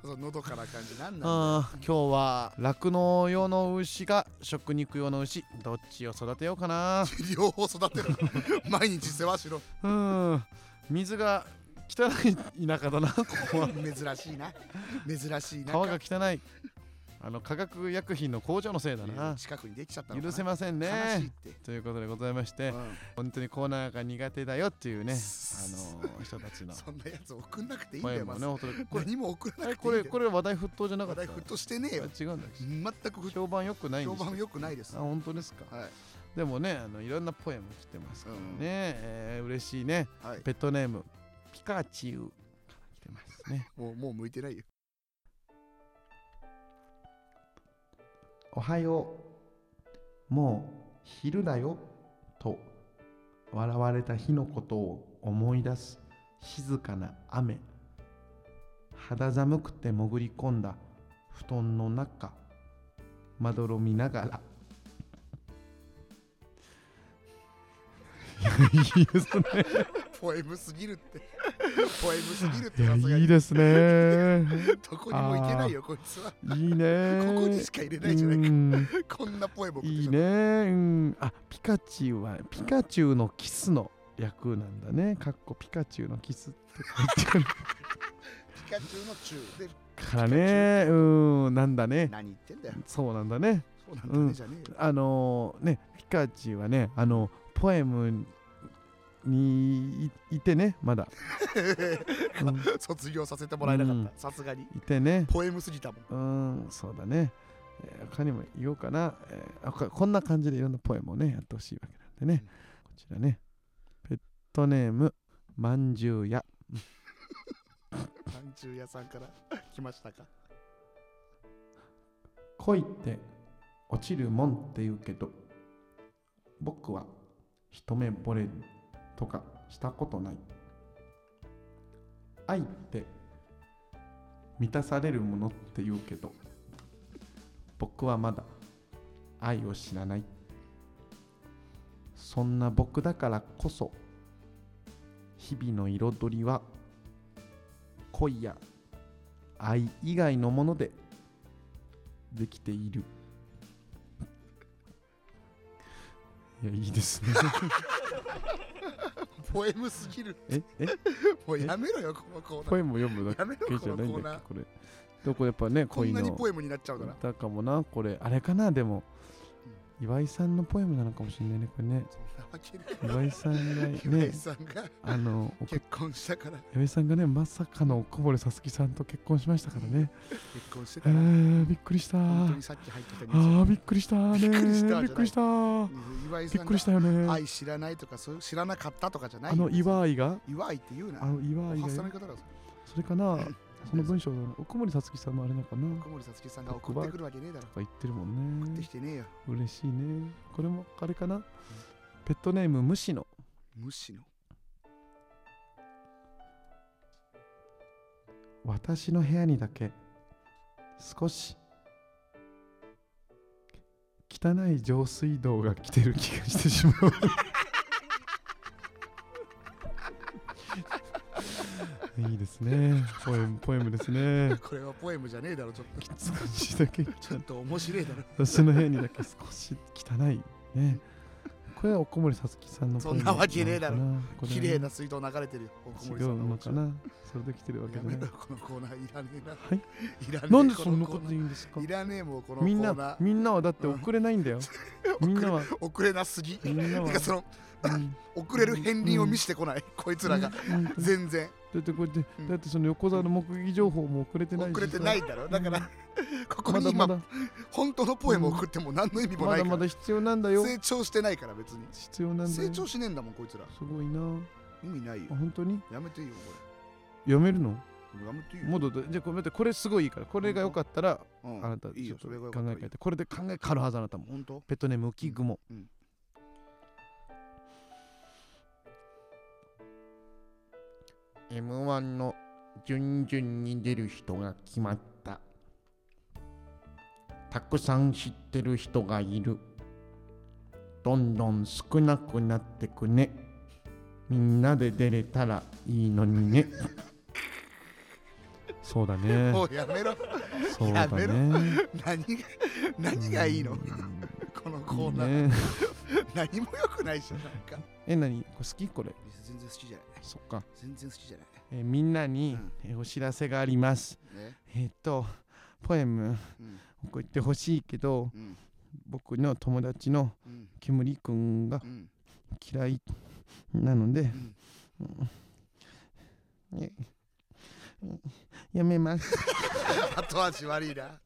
Speaker 2: そののどかな感じなんなんだよ
Speaker 1: あー今日は酪農用の牛が食肉用の牛どっちを育てようかな
Speaker 2: 両方育てる毎日世話しろ
Speaker 1: うーん水が汚い田舎 だなここは
Speaker 2: 珍しいな珍しいな
Speaker 1: 川が汚いあの化学薬品の工場のせいだな
Speaker 2: 近くにできちゃったのかな
Speaker 1: 許せません
Speaker 2: 悲しいっ
Speaker 1: ね
Speaker 2: て、
Speaker 1: ということでございまして
Speaker 2: うん
Speaker 1: 本当にコーナーが苦手だよっていうねあのー人たちの
Speaker 2: そんなやつ送んなくていいんだ
Speaker 1: 声
Speaker 2: よ
Speaker 1: も
Speaker 2: ま
Speaker 1: ね
Speaker 2: ず
Speaker 1: 本当にこれ
Speaker 2: 何も送ら
Speaker 1: あ
Speaker 2: な
Speaker 1: れ
Speaker 2: くてい
Speaker 1: こ
Speaker 2: いん
Speaker 1: れ
Speaker 2: だよ
Speaker 1: これ話題沸騰じゃなか
Speaker 2: 話
Speaker 1: った
Speaker 2: 題沸騰してねえよ
Speaker 1: あ違うんだ
Speaker 2: 全くふ
Speaker 1: 評判良くないん
Speaker 2: 評
Speaker 1: ですよ
Speaker 2: 判良くないです
Speaker 1: あ本当ですか
Speaker 2: はい
Speaker 1: でもねあのいろんなポエム来てますからね、
Speaker 2: うん
Speaker 1: えー嬉しいね
Speaker 2: はい
Speaker 1: ペットネームピカチュウから来てますね
Speaker 2: もうもう向いてないよ
Speaker 1: おはよう。もう昼だよ。と笑われた日のことを思い出す静かな雨。肌寒くて潜り込んだ布団の中。まどろみながら。いいですね。
Speaker 2: ポエムすぎるって ポエムすぎるってさすがに
Speaker 1: ですね。
Speaker 2: どこにも行けないよこいつはい
Speaker 1: いね
Speaker 2: ここにしか入れないじゃないか
Speaker 1: うん
Speaker 2: こんなポエム送って
Speaker 1: いい
Speaker 2: しまっ
Speaker 1: ね、うん、あピカチュウはピカチュウのキスの役なんだねかっこピカチュウのキスって書いてある
Speaker 2: たピカチュウのチュウで
Speaker 1: からねうんなんだね
Speaker 2: 何言ってんだよ
Speaker 1: そうなんだね
Speaker 2: そうなんだねじゃねえよ
Speaker 1: あのねピカチュウはねあのポエムにいいてねま だ、うん
Speaker 2: 卒業させてもらえなかっ
Speaker 1: うん
Speaker 2: たさすがに
Speaker 1: いてね
Speaker 2: ポエムすぎたもん
Speaker 1: うんそうだね、えー他にも言おうかな、えーあここんな感じでいろんなポエムをねやってほしいわけなんでね、こちらねペットネームまんじゅうや
Speaker 2: まんじゅう屋さんから来ましたか
Speaker 1: 恋って落ちるもんって言うけど僕は一目惚れとかしたことない愛って満たされるものって言うけど僕はまだ愛を知らないそんな僕だからこそ日々の彩りは恋や愛以外のものでできているいやいい ですね
Speaker 2: ポエムすぎる
Speaker 1: ええ
Speaker 2: もうやめろよこのコーナー
Speaker 1: ポエムを読むだ
Speaker 2: やめろ
Speaker 1: け
Speaker 2: よ
Speaker 1: じ
Speaker 2: こ
Speaker 1: ゃ
Speaker 2: の
Speaker 1: ない
Speaker 2: コ
Speaker 1: ん
Speaker 2: ー
Speaker 1: だ
Speaker 2: ナ
Speaker 1: っ
Speaker 2: ー
Speaker 1: けこれどこやっぱね
Speaker 2: こん
Speaker 1: 恋
Speaker 2: なに
Speaker 1: の
Speaker 2: ポエムになっちゃうから
Speaker 1: だかもなこれあれかなでも岩井さんのポエムなのかもしれないねこれね
Speaker 2: そんなわけな
Speaker 1: 岩
Speaker 2: い
Speaker 1: 井さんが
Speaker 2: 岩井
Speaker 1: ね
Speaker 2: さんが
Speaker 1: あのお
Speaker 2: 結婚したから
Speaker 1: 岩井さんがねまさかの小堀さすきさんと結婚しましたからね
Speaker 2: 結婚して
Speaker 1: え
Speaker 2: から
Speaker 1: ー、びっくりした
Speaker 2: 本当
Speaker 1: あ
Speaker 2: にさっき入ってたニュー
Speaker 1: ーびっくりしたね
Speaker 2: びっくりしたじゃない
Speaker 1: びっくりしたび
Speaker 2: ス岩井
Speaker 1: っ
Speaker 2: さん
Speaker 1: くりした
Speaker 2: が
Speaker 1: よね
Speaker 2: 愛知らないとかそういう知らなかったとかじゃない
Speaker 1: あの岩井が
Speaker 2: 岩井って言うな
Speaker 1: あの岩井
Speaker 2: 発
Speaker 1: が
Speaker 2: 散の言い方だぞ
Speaker 1: それかなその文章だな奥森さつきさんのあれなんかな
Speaker 2: 小森さつきさんが送ってくるわけねえだろ
Speaker 1: とか言ってるもん
Speaker 2: 送って
Speaker 1: ね
Speaker 2: きてねえよ
Speaker 1: 嬉しいねこれもあれかなペットネーム無視の
Speaker 2: 無視の
Speaker 1: 私の部屋にだけ少し汚い上水道が来てる気がして しまういいですねポエムポエムです ね
Speaker 2: これはポエムじゃねえだろちょっ
Speaker 1: 少
Speaker 2: と
Speaker 1: しだけ
Speaker 2: ちょっと面白いだろ
Speaker 1: 私の部屋にだけ少し汚い ねこれはおこもりさつきさんの
Speaker 2: そんなわけねえだろ
Speaker 1: ポエムのか
Speaker 2: 綺麗
Speaker 1: な
Speaker 2: な水道流れてるよ小
Speaker 1: こ
Speaker 2: 森
Speaker 1: れ
Speaker 2: さ
Speaker 1: は
Speaker 2: ん
Speaker 1: 違う
Speaker 2: のお
Speaker 1: の
Speaker 2: 家
Speaker 1: か
Speaker 2: は
Speaker 1: なそれで来てるわけ
Speaker 2: や
Speaker 1: じゃな
Speaker 2: め
Speaker 1: い
Speaker 2: ろよこのコーナーいらねえな
Speaker 1: はい
Speaker 2: いらねえ
Speaker 1: なんでそんなこと
Speaker 2: のコーナー
Speaker 1: 言うんですか
Speaker 2: いらねえもうこのコ
Speaker 1: み
Speaker 2: ー
Speaker 1: ん
Speaker 2: ナ
Speaker 1: なみんなはだって
Speaker 2: うん
Speaker 1: 遅れない んだよみんなは
Speaker 2: ー遅れなすぎ
Speaker 1: みんな
Speaker 2: な
Speaker 1: は
Speaker 2: んかその
Speaker 1: うん
Speaker 2: 遅れる片鱗を見せてこないこいつらが
Speaker 1: うんだ
Speaker 2: 全然
Speaker 1: ってこうやって
Speaker 2: うん
Speaker 1: だってその横沢の目撃情報も遅れてないし
Speaker 2: 遅れてないだろだからここ
Speaker 1: ま
Speaker 2: に
Speaker 1: だま
Speaker 2: 今
Speaker 1: だ
Speaker 2: 本当のポエムを送っても何の意味も
Speaker 1: ま
Speaker 2: ない
Speaker 1: だ
Speaker 2: か
Speaker 1: ま
Speaker 2: ら
Speaker 1: だ必要なんだよ
Speaker 2: 成長してないから別に
Speaker 1: 必要なんだ
Speaker 2: 成
Speaker 1: よ
Speaker 2: 長
Speaker 1: す
Speaker 2: しねえんだもんこいつら
Speaker 1: ごいな
Speaker 2: 意味ないよ
Speaker 1: あ本当に
Speaker 2: やめていいよ
Speaker 1: 読めるの
Speaker 2: これやめていいよ
Speaker 1: もうどうぞじゃあこれ待ってこれすごいいいからこれが良かったら
Speaker 2: うん
Speaker 1: あなた
Speaker 2: いい
Speaker 1: ちょ
Speaker 2: よ
Speaker 1: っと
Speaker 2: そ
Speaker 1: 考え
Speaker 2: れがよかったらいい
Speaker 1: 変えてこれで考え変わるはずあなたも
Speaker 2: 本当
Speaker 1: ペットネーム浮 雲、
Speaker 2: うんうん
Speaker 1: エム M1 の順々に出る人が決まったたくさん知ってる人がいるどんどん少なくなってくねみんなで出れたらいいのにねそうだね
Speaker 2: もうやめろ
Speaker 1: そうだ
Speaker 2: やめ
Speaker 1: ね
Speaker 2: 何が何がいいの
Speaker 1: うん
Speaker 2: このコーナー、
Speaker 1: いいね
Speaker 2: 何も良くないしなんか
Speaker 1: え何これ好きこれ
Speaker 2: 全然好きじゃない
Speaker 1: そっか、
Speaker 2: 全然好きじゃな
Speaker 1: えーみんなに
Speaker 2: うん、
Speaker 1: えーお知らせがあります
Speaker 2: いね
Speaker 1: えーっとポエム
Speaker 2: うん
Speaker 1: こう言ってほしいけど
Speaker 2: うん
Speaker 1: 僕の友達の
Speaker 2: うん
Speaker 1: 煙くんが
Speaker 2: うん
Speaker 1: 嫌いなので、
Speaker 2: ん
Speaker 1: うんねうんやめ ます
Speaker 2: 後味悪いな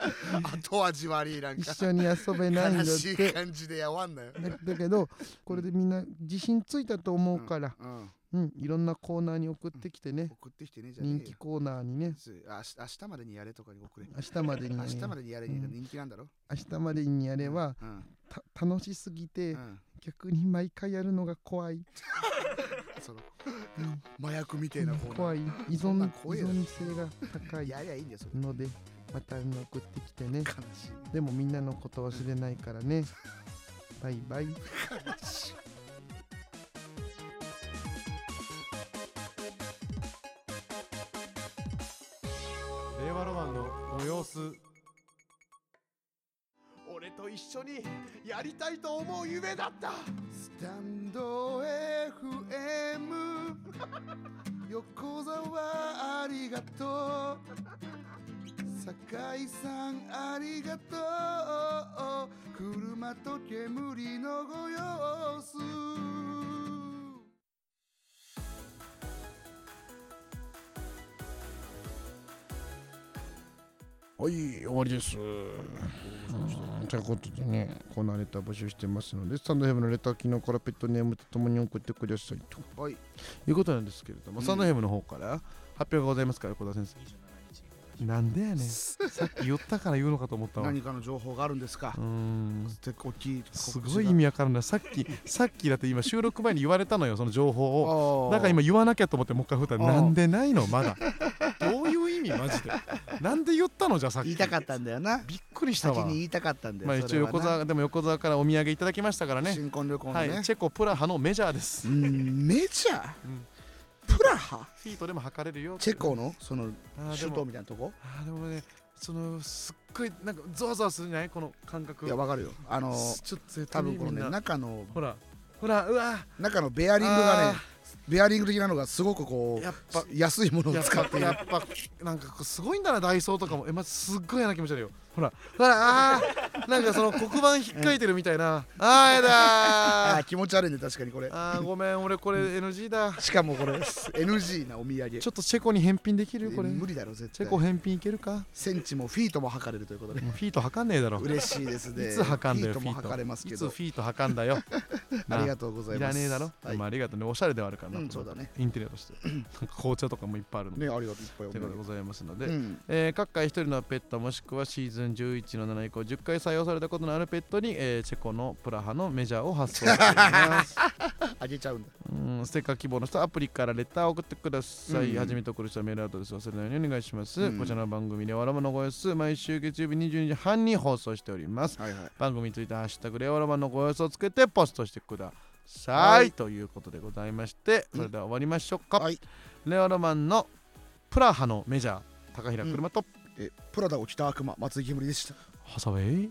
Speaker 2: 後味悪いなんか
Speaker 1: 一緒に遊べないの
Speaker 2: 悲
Speaker 1: っ
Speaker 2: しい
Speaker 1: て
Speaker 2: 感じでやわんなよ
Speaker 1: だ だけどこれでみんな自信ついたと思うから、
Speaker 2: うん
Speaker 1: うんいろんなコーナーに送ってきてね、
Speaker 2: 送ってきてねじゃね
Speaker 1: 人
Speaker 2: え
Speaker 1: 気
Speaker 2: よ
Speaker 1: コーナーにね
Speaker 2: すあし明日までにやれとかに送れ
Speaker 1: 明日までに、
Speaker 2: 明日までにやれに
Speaker 1: うん
Speaker 2: 人気なんだろ
Speaker 1: 明日までにやれば
Speaker 2: うん
Speaker 1: た楽しすぎて、
Speaker 2: うん
Speaker 1: 逆に毎回やるのが怖い
Speaker 2: その麻薬みてえなコーナー
Speaker 1: 怖い依
Speaker 2: そんな
Speaker 1: 存
Speaker 2: ん怖
Speaker 1: 依
Speaker 2: えよ
Speaker 1: 存性が高い
Speaker 2: やりゃいいんだよそれ
Speaker 1: のでまた送ってきてね
Speaker 2: 悲しい
Speaker 1: でもみんなのことを知れないからね。バイバイ。
Speaker 4: 令和ロマンのご様子俺と一緒にやりたいと思う夢だった
Speaker 2: スタンド FM 横澤ありがとう酒井さんありがとう車と煙のご様子
Speaker 1: はい、終わりです。ということでね、このレター募集してますので、スタンドヘムのレター機能からペットネームとともに送ってくださいと
Speaker 2: はい
Speaker 1: いうことなんですけれども、
Speaker 2: うん
Speaker 1: スタンドヘムの方から発表がございますから、小田先生。なんでやねん。さっき言ったから言うのかと思ったわ。う
Speaker 2: 何かの情報があるんですか
Speaker 1: ーん。
Speaker 2: で大きい
Speaker 1: すごい意味わかるな。さっき、さっきだって今収録前に言われたのよ、その情報を。
Speaker 2: を
Speaker 1: だから今言わなきゃと思ってもう一回振ったら
Speaker 2: あー
Speaker 1: なんでないのま だどういう意味マジでなんで言ったのじゃあさっき
Speaker 2: 言いたかったんだよな
Speaker 1: びっくりした
Speaker 2: 先
Speaker 1: わ
Speaker 2: に言いたかったんだよ
Speaker 1: まあ一応横澤でも横澤からお土産いただきましたからね
Speaker 2: 新婚旅行の
Speaker 1: は
Speaker 2: ね、
Speaker 1: いチェコプラハのメジャーです
Speaker 2: うんメジャー、
Speaker 1: うん
Speaker 2: プラハ
Speaker 1: フィートでも測れるよ
Speaker 2: チェコのその
Speaker 1: あーで
Speaker 2: 首都
Speaker 1: も
Speaker 2: みたいなとこ
Speaker 1: あーでもねそのすっごいなんかゾワゾワするんじゃないこの感覚
Speaker 2: いやわかるよあの
Speaker 1: すちょっと絶
Speaker 2: 多
Speaker 1: 対
Speaker 2: 分この
Speaker 1: みん
Speaker 2: ね
Speaker 1: な
Speaker 2: 中の
Speaker 1: ほらほらうわ
Speaker 2: 中のベアリングがねベアリング的なのがすごくこ
Speaker 1: やっ
Speaker 2: う
Speaker 1: ぱ
Speaker 2: 安いものを
Speaker 1: やっ
Speaker 2: 使って
Speaker 1: ぱ
Speaker 2: いる
Speaker 1: やっぱなんかこうすごいんだなダイソーとかもえまずすっごい嫌な気持ちだよほらほらあーなんかその黒板引っかいてるみたいなあーや
Speaker 2: あ
Speaker 1: だ
Speaker 2: ー
Speaker 1: ー
Speaker 2: 気持ち悪いね確かにこれ
Speaker 1: あーごめん俺これ NG だ
Speaker 2: しかもこれ NG なお土産
Speaker 1: ちょっとチェコに返品できるこれ
Speaker 2: え無理だろ絶
Speaker 1: チェ
Speaker 2: 対
Speaker 1: コ返品いけるか
Speaker 2: センチもフィートも測れるということで
Speaker 1: もうフィート測んねえだろい
Speaker 2: 嬉しいですね
Speaker 1: つ測んだよ
Speaker 2: フ
Speaker 1: フ
Speaker 2: ィー
Speaker 1: ィー
Speaker 2: トも測れます
Speaker 1: ト
Speaker 2: け
Speaker 1: いつ
Speaker 2: ど
Speaker 1: フィート測んだ よ
Speaker 2: あり
Speaker 1: な
Speaker 2: がとうござい
Speaker 1: い
Speaker 2: ま
Speaker 1: ら
Speaker 2: す
Speaker 1: ねえだろ
Speaker 2: はい
Speaker 1: でもありがとうねおしゃれではあるからな
Speaker 2: うんそうだね
Speaker 1: インテリアとしてなんか 紅茶とかもいっぱいあるの
Speaker 2: ねありがとういっぱいお
Speaker 1: ということで
Speaker 2: 土
Speaker 1: ございますので
Speaker 2: 産うん
Speaker 1: えー各回一人のペットもしくはシーズン11の7以降10回採用されたことのあるペットに、えーチェコのプラハのメジャーを発送しています
Speaker 2: あげちゃうんだ
Speaker 1: うんステッカー希望の人はアプリからレターを送ってください、
Speaker 2: うん
Speaker 1: 初めて送る人はメールアドレスを忘れないようにお願いします、
Speaker 2: うん
Speaker 1: こちらの番組でわらばのご様子毎週月曜日22時半に放送しております
Speaker 2: はいはい
Speaker 1: 番組についてハッシュタグレオラマンのご様子をつけてポストしてください、
Speaker 2: はい
Speaker 1: ということでございましてそれでは終わりましょうか、
Speaker 2: はい
Speaker 1: レオラマンのプラハのメジャー高平車と、
Speaker 2: えプラダを着た悪魔松井きむりでした
Speaker 1: ハサウェイ